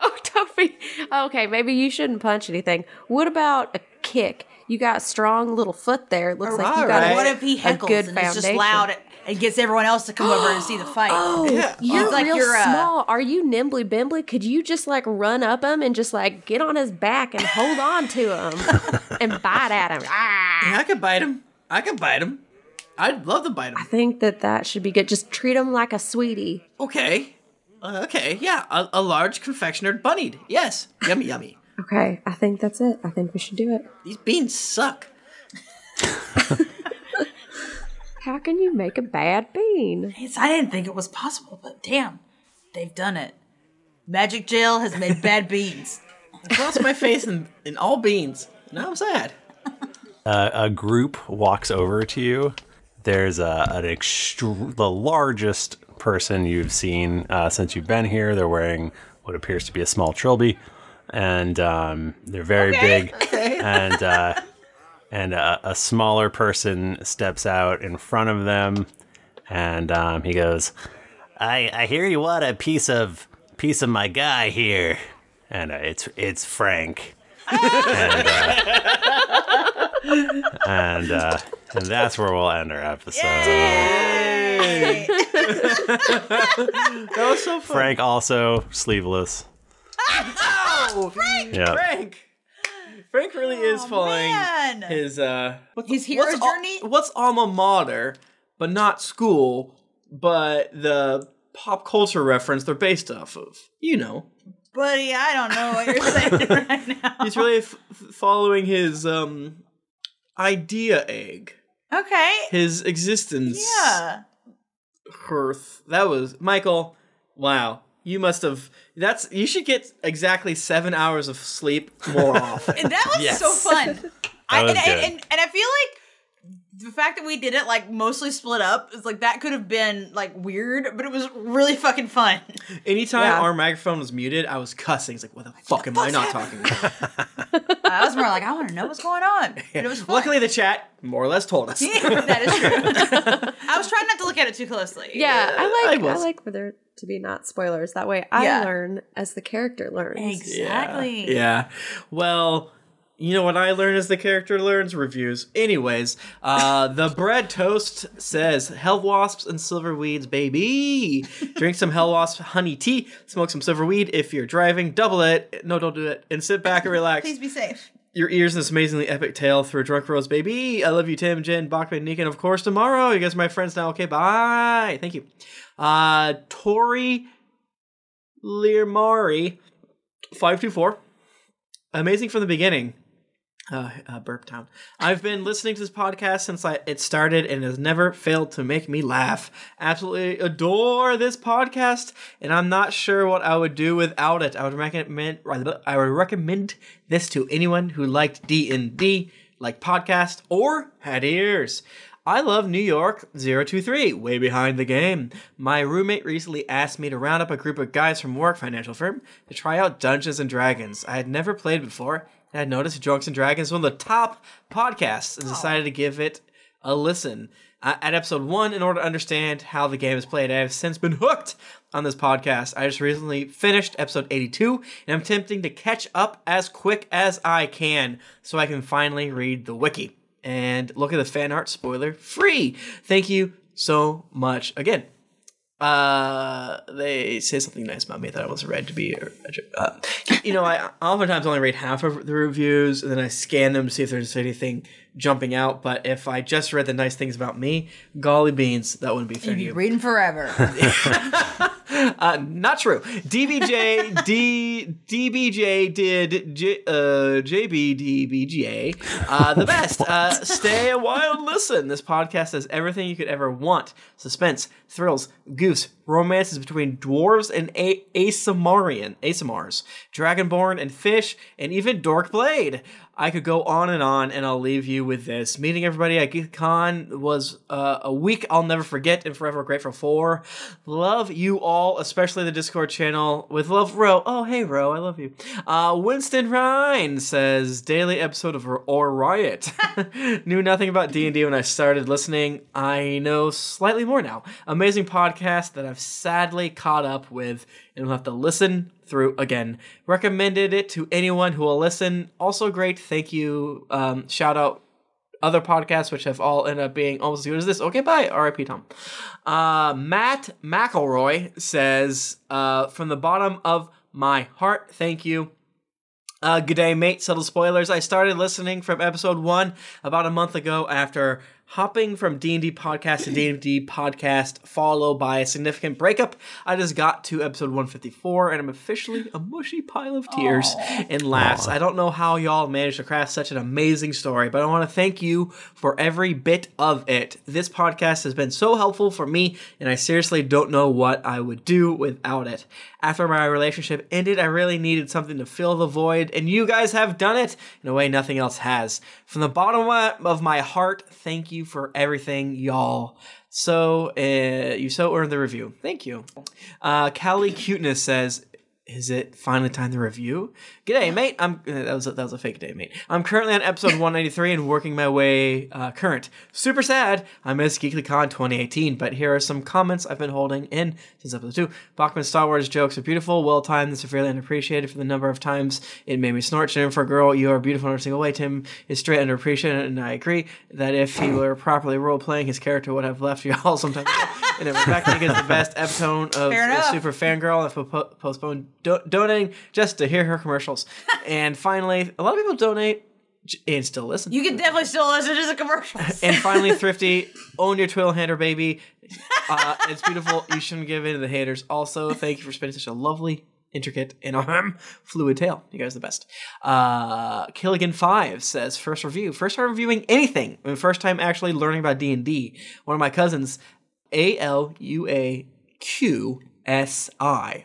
M: oh, Toby. Okay, maybe you shouldn't punch anything. What about a kick? You got a strong little foot there. Looks like you got a,
B: what if he heckles
M: a good
B: and
M: foundation.
B: it's just loud and- and gets everyone else to come over
M: *gasps*
B: and see the fight?
M: Oh, you're
B: It's like
M: real
B: you're, uh,
M: small. Are you nimbly bimbly? Could you just like run up him and just like get on his back and hold on to him and bite at him? Ah!
C: I could bite him. I could bite him. I'd love to bite him.
M: I think that that should be good. Just treat him like a sweetie.
C: Okay. Uh, okay. Yeah. A, a large confectionered bunnied. Yes. Yummy. Yummy.
E: Okay, I think that's it. I think we should do it.
C: These beans suck.
M: How can you make a bad bean?
B: It's- I didn't think it was possible, but damn, they've done it. Magic jail has
M: *laughs*
B: made bad beans.
C: I lost my face in, in all beans. Now I'm sad.
A: Uh, a group walks over to you. There's a, an extr the largest person you've seen uh, since you've been here. They're wearing what appears to be a small trilby, and um, they're very
R: Okay.
A: big.
R: *laughs* Okay.
A: And uh, and a, a smaller person steps out in front of them, and um, he goes, "I I hear you want a piece of piece of my guy here, and uh, it's it's Frank." And, uh, and uh, and that's where we'll end our episode.
C: *laughs* that was so
A: *laughs*
C: fun.
A: Frank also sleeveless.
B: *laughs*
C: Oh, Frank!
A: Yeah.
C: Frank! Frank really is following
B: Oh, man.
C: his uh what's,
B: His hero
C: what's al-
B: journey?
C: what's alma mater, but not school, but the pop culture reference they're based off of. You know,
B: Buddy, I don't know what
C: *laughs*
B: you're saying.
C: he's really f- f- following his um idea egg,
B: Okay.
C: his existence
B: Yeah.
C: Hearth. That was Michael. Wow, you must have. That's you should get exactly seven hours of sleep
B: *laughs*
C: more often.
B: And that was so fun.
C: *laughs*
B: I,
C: was
B: and,
C: good.
B: and, and I feel like the fact that we did it like mostly split up is like that could have been like weird, but it was really fucking fun.
C: *laughs* Anytime
B: Yeah.
C: our microphone was muted, I was cussing. It's like, what the fuck am I not talking about?
B: *laughs* I was more like, I want to know what's
C: *laughs*
B: going on. *laughs* And it was fun.
C: Luckily, the chat more or less
B: *laughs*
C: told us.
B: that is
C: *laughs*
B: true. I was trying not to look at it too closely.
E: Yeah, I like
C: I
E: I,
C: was.
E: like for there to be not spoilers. That way I
B: Yeah.
C: *laughs*
E: learn as the character learns.
B: Exactly.
C: Yeah. Well, You know what I learn as the character learns? Reviews. Anyways, uh, *laughs* the bread toast says hell wasps and silver weeds,
B: *laughs*
C: baby. Drink some hell wasp honey tea. Smoke some silver weed if you're driving. Double it. No, don't do it. And sit back and relax.
B: Please be safe.
C: Your ears in this amazingly epic tale through Drunk Rose, baby. I love you, Tim, Jen, Bachman, Nick, and of course tomorrow. You guys are my friends now. Okay, bye. Thank you. Uh, Tori Learmari, 524. Amazing from the beginning. Uh, uh, Burp Town. I've been listening to this podcast since I, it started and has never failed to make me laugh. Absolutely adore this podcast, and I'm not sure what I would do without it. I would recommend I would recommend this to anyone who liked D and D, like podcast, or had ears. I love New York 023, way behind the game. My roommate recently asked me to round up a group of guys from work financial firm to try out Dungeons and Dragons. I had never played before, and I noticed Drunks and Dragons one of the top podcasts and decided to give it a listen. Uh, at episode one, in order to understand how the game is played, I have since been *laughs* hooked on this podcast. I just recently finished episode 82, and I'm attempting to catch up as quick as I can so I can finally read the wiki and look at the fan art spoiler free. Thank you so much again. Uh, they say something nice about me that I wasn't read to be. Uh, you know, I oftentimes only read half of the reviews and then I scan them to see if there's anything jumping out. But if I just read the nice things about me, golly beans, that wouldn't be fair.
B: You'd
C: to
B: be
C: you. *laughs*
B: reading forever.
C: Uh, not true. DBJ D DBJ did J, uh, JBDBGA uh, the best. Uh, stay a wild listen. This podcast has everything you could ever want: suspense, thrills, goofs, romances between dwarves and a- Asamarian, Asamars, Dragonborn and fish, and even Dork Blade. I could go on and on, and I'll leave you with this. Meeting everybody at GeekCon was uh, a week I'll never forget and forever grateful for. Love you all, especially the Discord channel. With love, Ro. Oh, hey, Ro, I love you. Uh, Winston Rhine says, daily episode of Or Riot. *laughs* Knew nothing about D&D when I started listening. I know slightly more now. Amazing podcast that I've sadly caught up with and will have to listen through again. Recommended it to anyone who will listen. Also great. Thank you. Um, shout out other podcasts which have all ended up being almost as good as this. Okay, bye. R.I.P. Tom. Uh, Matt McElroy says, uh, from the bottom of my heart, thank you. Uh, good day, mate. Subtle spoilers. I started listening from episode one about a month ago after hopping from D&D podcast to D&D podcast, followed by a significant breakup. I just got to episode 154, and I'm officially a mushy pile of tears and laughs. I don't know how y'all managed to craft such an amazing story, but I want to thank you for every bit of it. This podcast has been so helpful for me, and I seriously don't know what I would do without it. After my relationship ended, I really needed something to fill the void, and you guys have done it in a way nothing else has. From the bottom of my heart, thank you for everything, y'all. So, uh, you so earned the review. Thank you. Uh, Callie Cuteness says, is it finally time to review? G'day, mate. I'm uh, that was a, that was a fake day, mate. I'm currently on episode 193 and working my way uh, current. Super sad. I missed GeeklyCon 2018, but here are some comments I've been holding in since episode two. Bachman's Star Wars jokes are beautiful, well timed, and severely underappreciated for the number of times it made me snort. Jennifer, girl, you are beautiful in every single way. Tim is straight underappreciated, and I agree that if he were properly role playing, his character would have left *laughs* y'all sometime. ago. and then Rebecca
B: *laughs*
C: gets the best epitome of
B: Fair
C: a
B: enough.
C: super fangirl and po- postponed do- donating just to hear her commercials. and finally, a lot of people donate j- and still listen.
B: you can definitely still listen to the commercials.
C: and finally, Thrifty, own your twiddle hander, baby. Uh, it's beautiful. You shouldn't give in to the haters. Also, thank you for spending such a lovely, intricate, and um, fluid tale. You guys are the best. Uh, Killigan5 says, first review. First time reviewing anything. I mean, first time actually learning about D&D. One of my cousins, A-L-U-A-Q-S-I,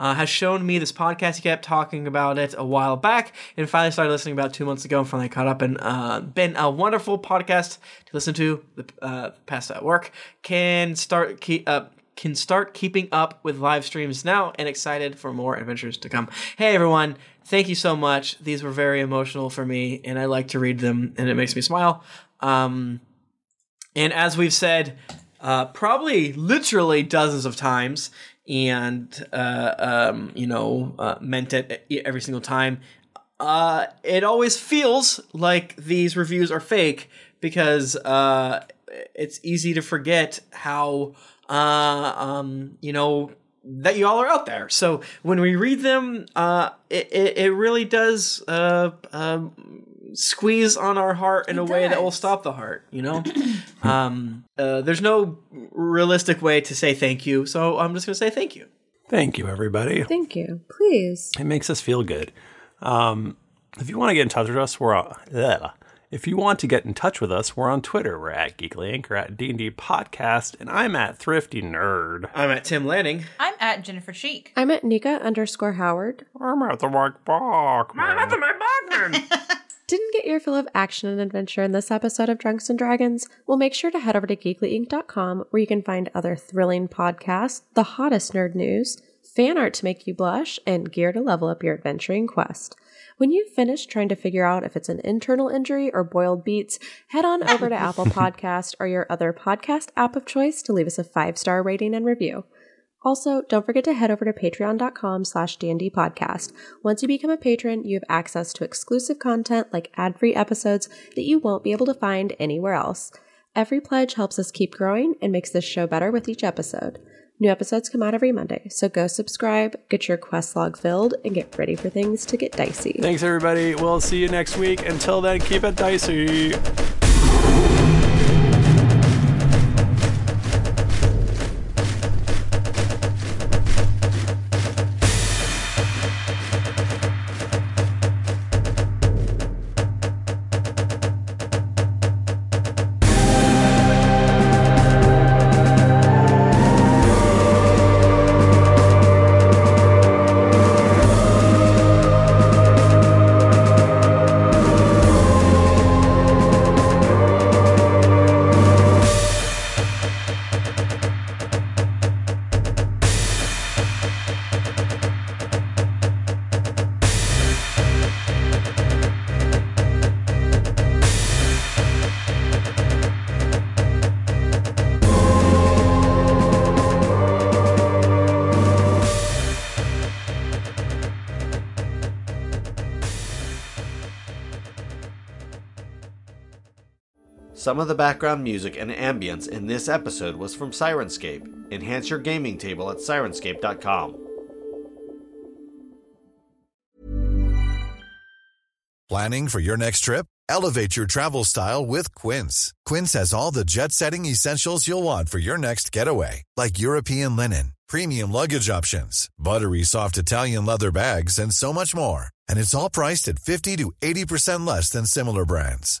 C: uh, has shown me this podcast. He kept talking about it a while back, and finally started listening about two months ago. And finally caught up, and uh, been a wonderful podcast to listen to. The uh, past at work can start keep up. Can start keeping up with live streams now and excited for more adventures to come. Hey everyone, thank you so much. These were very emotional for me and I like to read them and it makes me smile. Um, and as we've said, uh, probably literally dozens of times, and uh, um, you know, uh, meant it e- every single time. Uh, it always feels like these reviews are fake because uh, it's easy to forget how uh, um, you know that you all are out there. So when we read them, uh, it, it it really does uh, um, squeeze on our heart in a way that will stop the heart. You know, um, uh, there's no realistic way to say thank you. So I'm just gonna say thank you.
A: Thank you, everybody.
E: Thank you. Please.
A: It makes us feel good. Um, if you want to get in touch with us, we're on, ugh. if you want to get in touch with us, we're on Twitter. We're at Geekly Anchor at D and D Podcast, and I'm at Thrifty Nerd.
C: I'm at Tim Lanning.
B: I'm at Jennifer Sheik.
E: I'm at Nika underscore Howard.
A: I'm at the Mark Bach.
E: Didn't get your fill of action and adventure in this episode of Drunks and Dragons? Well, make sure to head over to geeklyinc.com where you can find other thrilling podcasts, the hottest nerd news, fan art to make you blush, and gear to level up your adventuring quest. When you've finished trying to figure out if it's an internal injury or boiled beets, head on over to
B: *laughs*
E: Apple Podcast or your other podcast app of choice to leave us a five-star rating and review. Also, don't forget to head over to patreon.com slash D&D podcast. Once you become a patron, you have access to exclusive content like ad-free episodes that you won't be able to find anywhere else. Every pledge helps us keep growing and makes this show better with each episode. New episodes come out every Monday, so go subscribe, get your quest log filled, and get ready for things to get dicey.
A: Thanks, everybody. We'll see you next week. Until then, keep it dicey.
R: Some of the background music and ambience in this episode was from Sirenscape. Enhance your gaming table at sirenscape.com.
S: Planning for your next trip? Elevate your travel style with Quince. Quince has all the jet setting essentials you'll want for your next getaway, like European linen, premium luggage options, buttery soft Italian leather bags, and so much more. And it's all priced at 50 to 80% less than similar brands.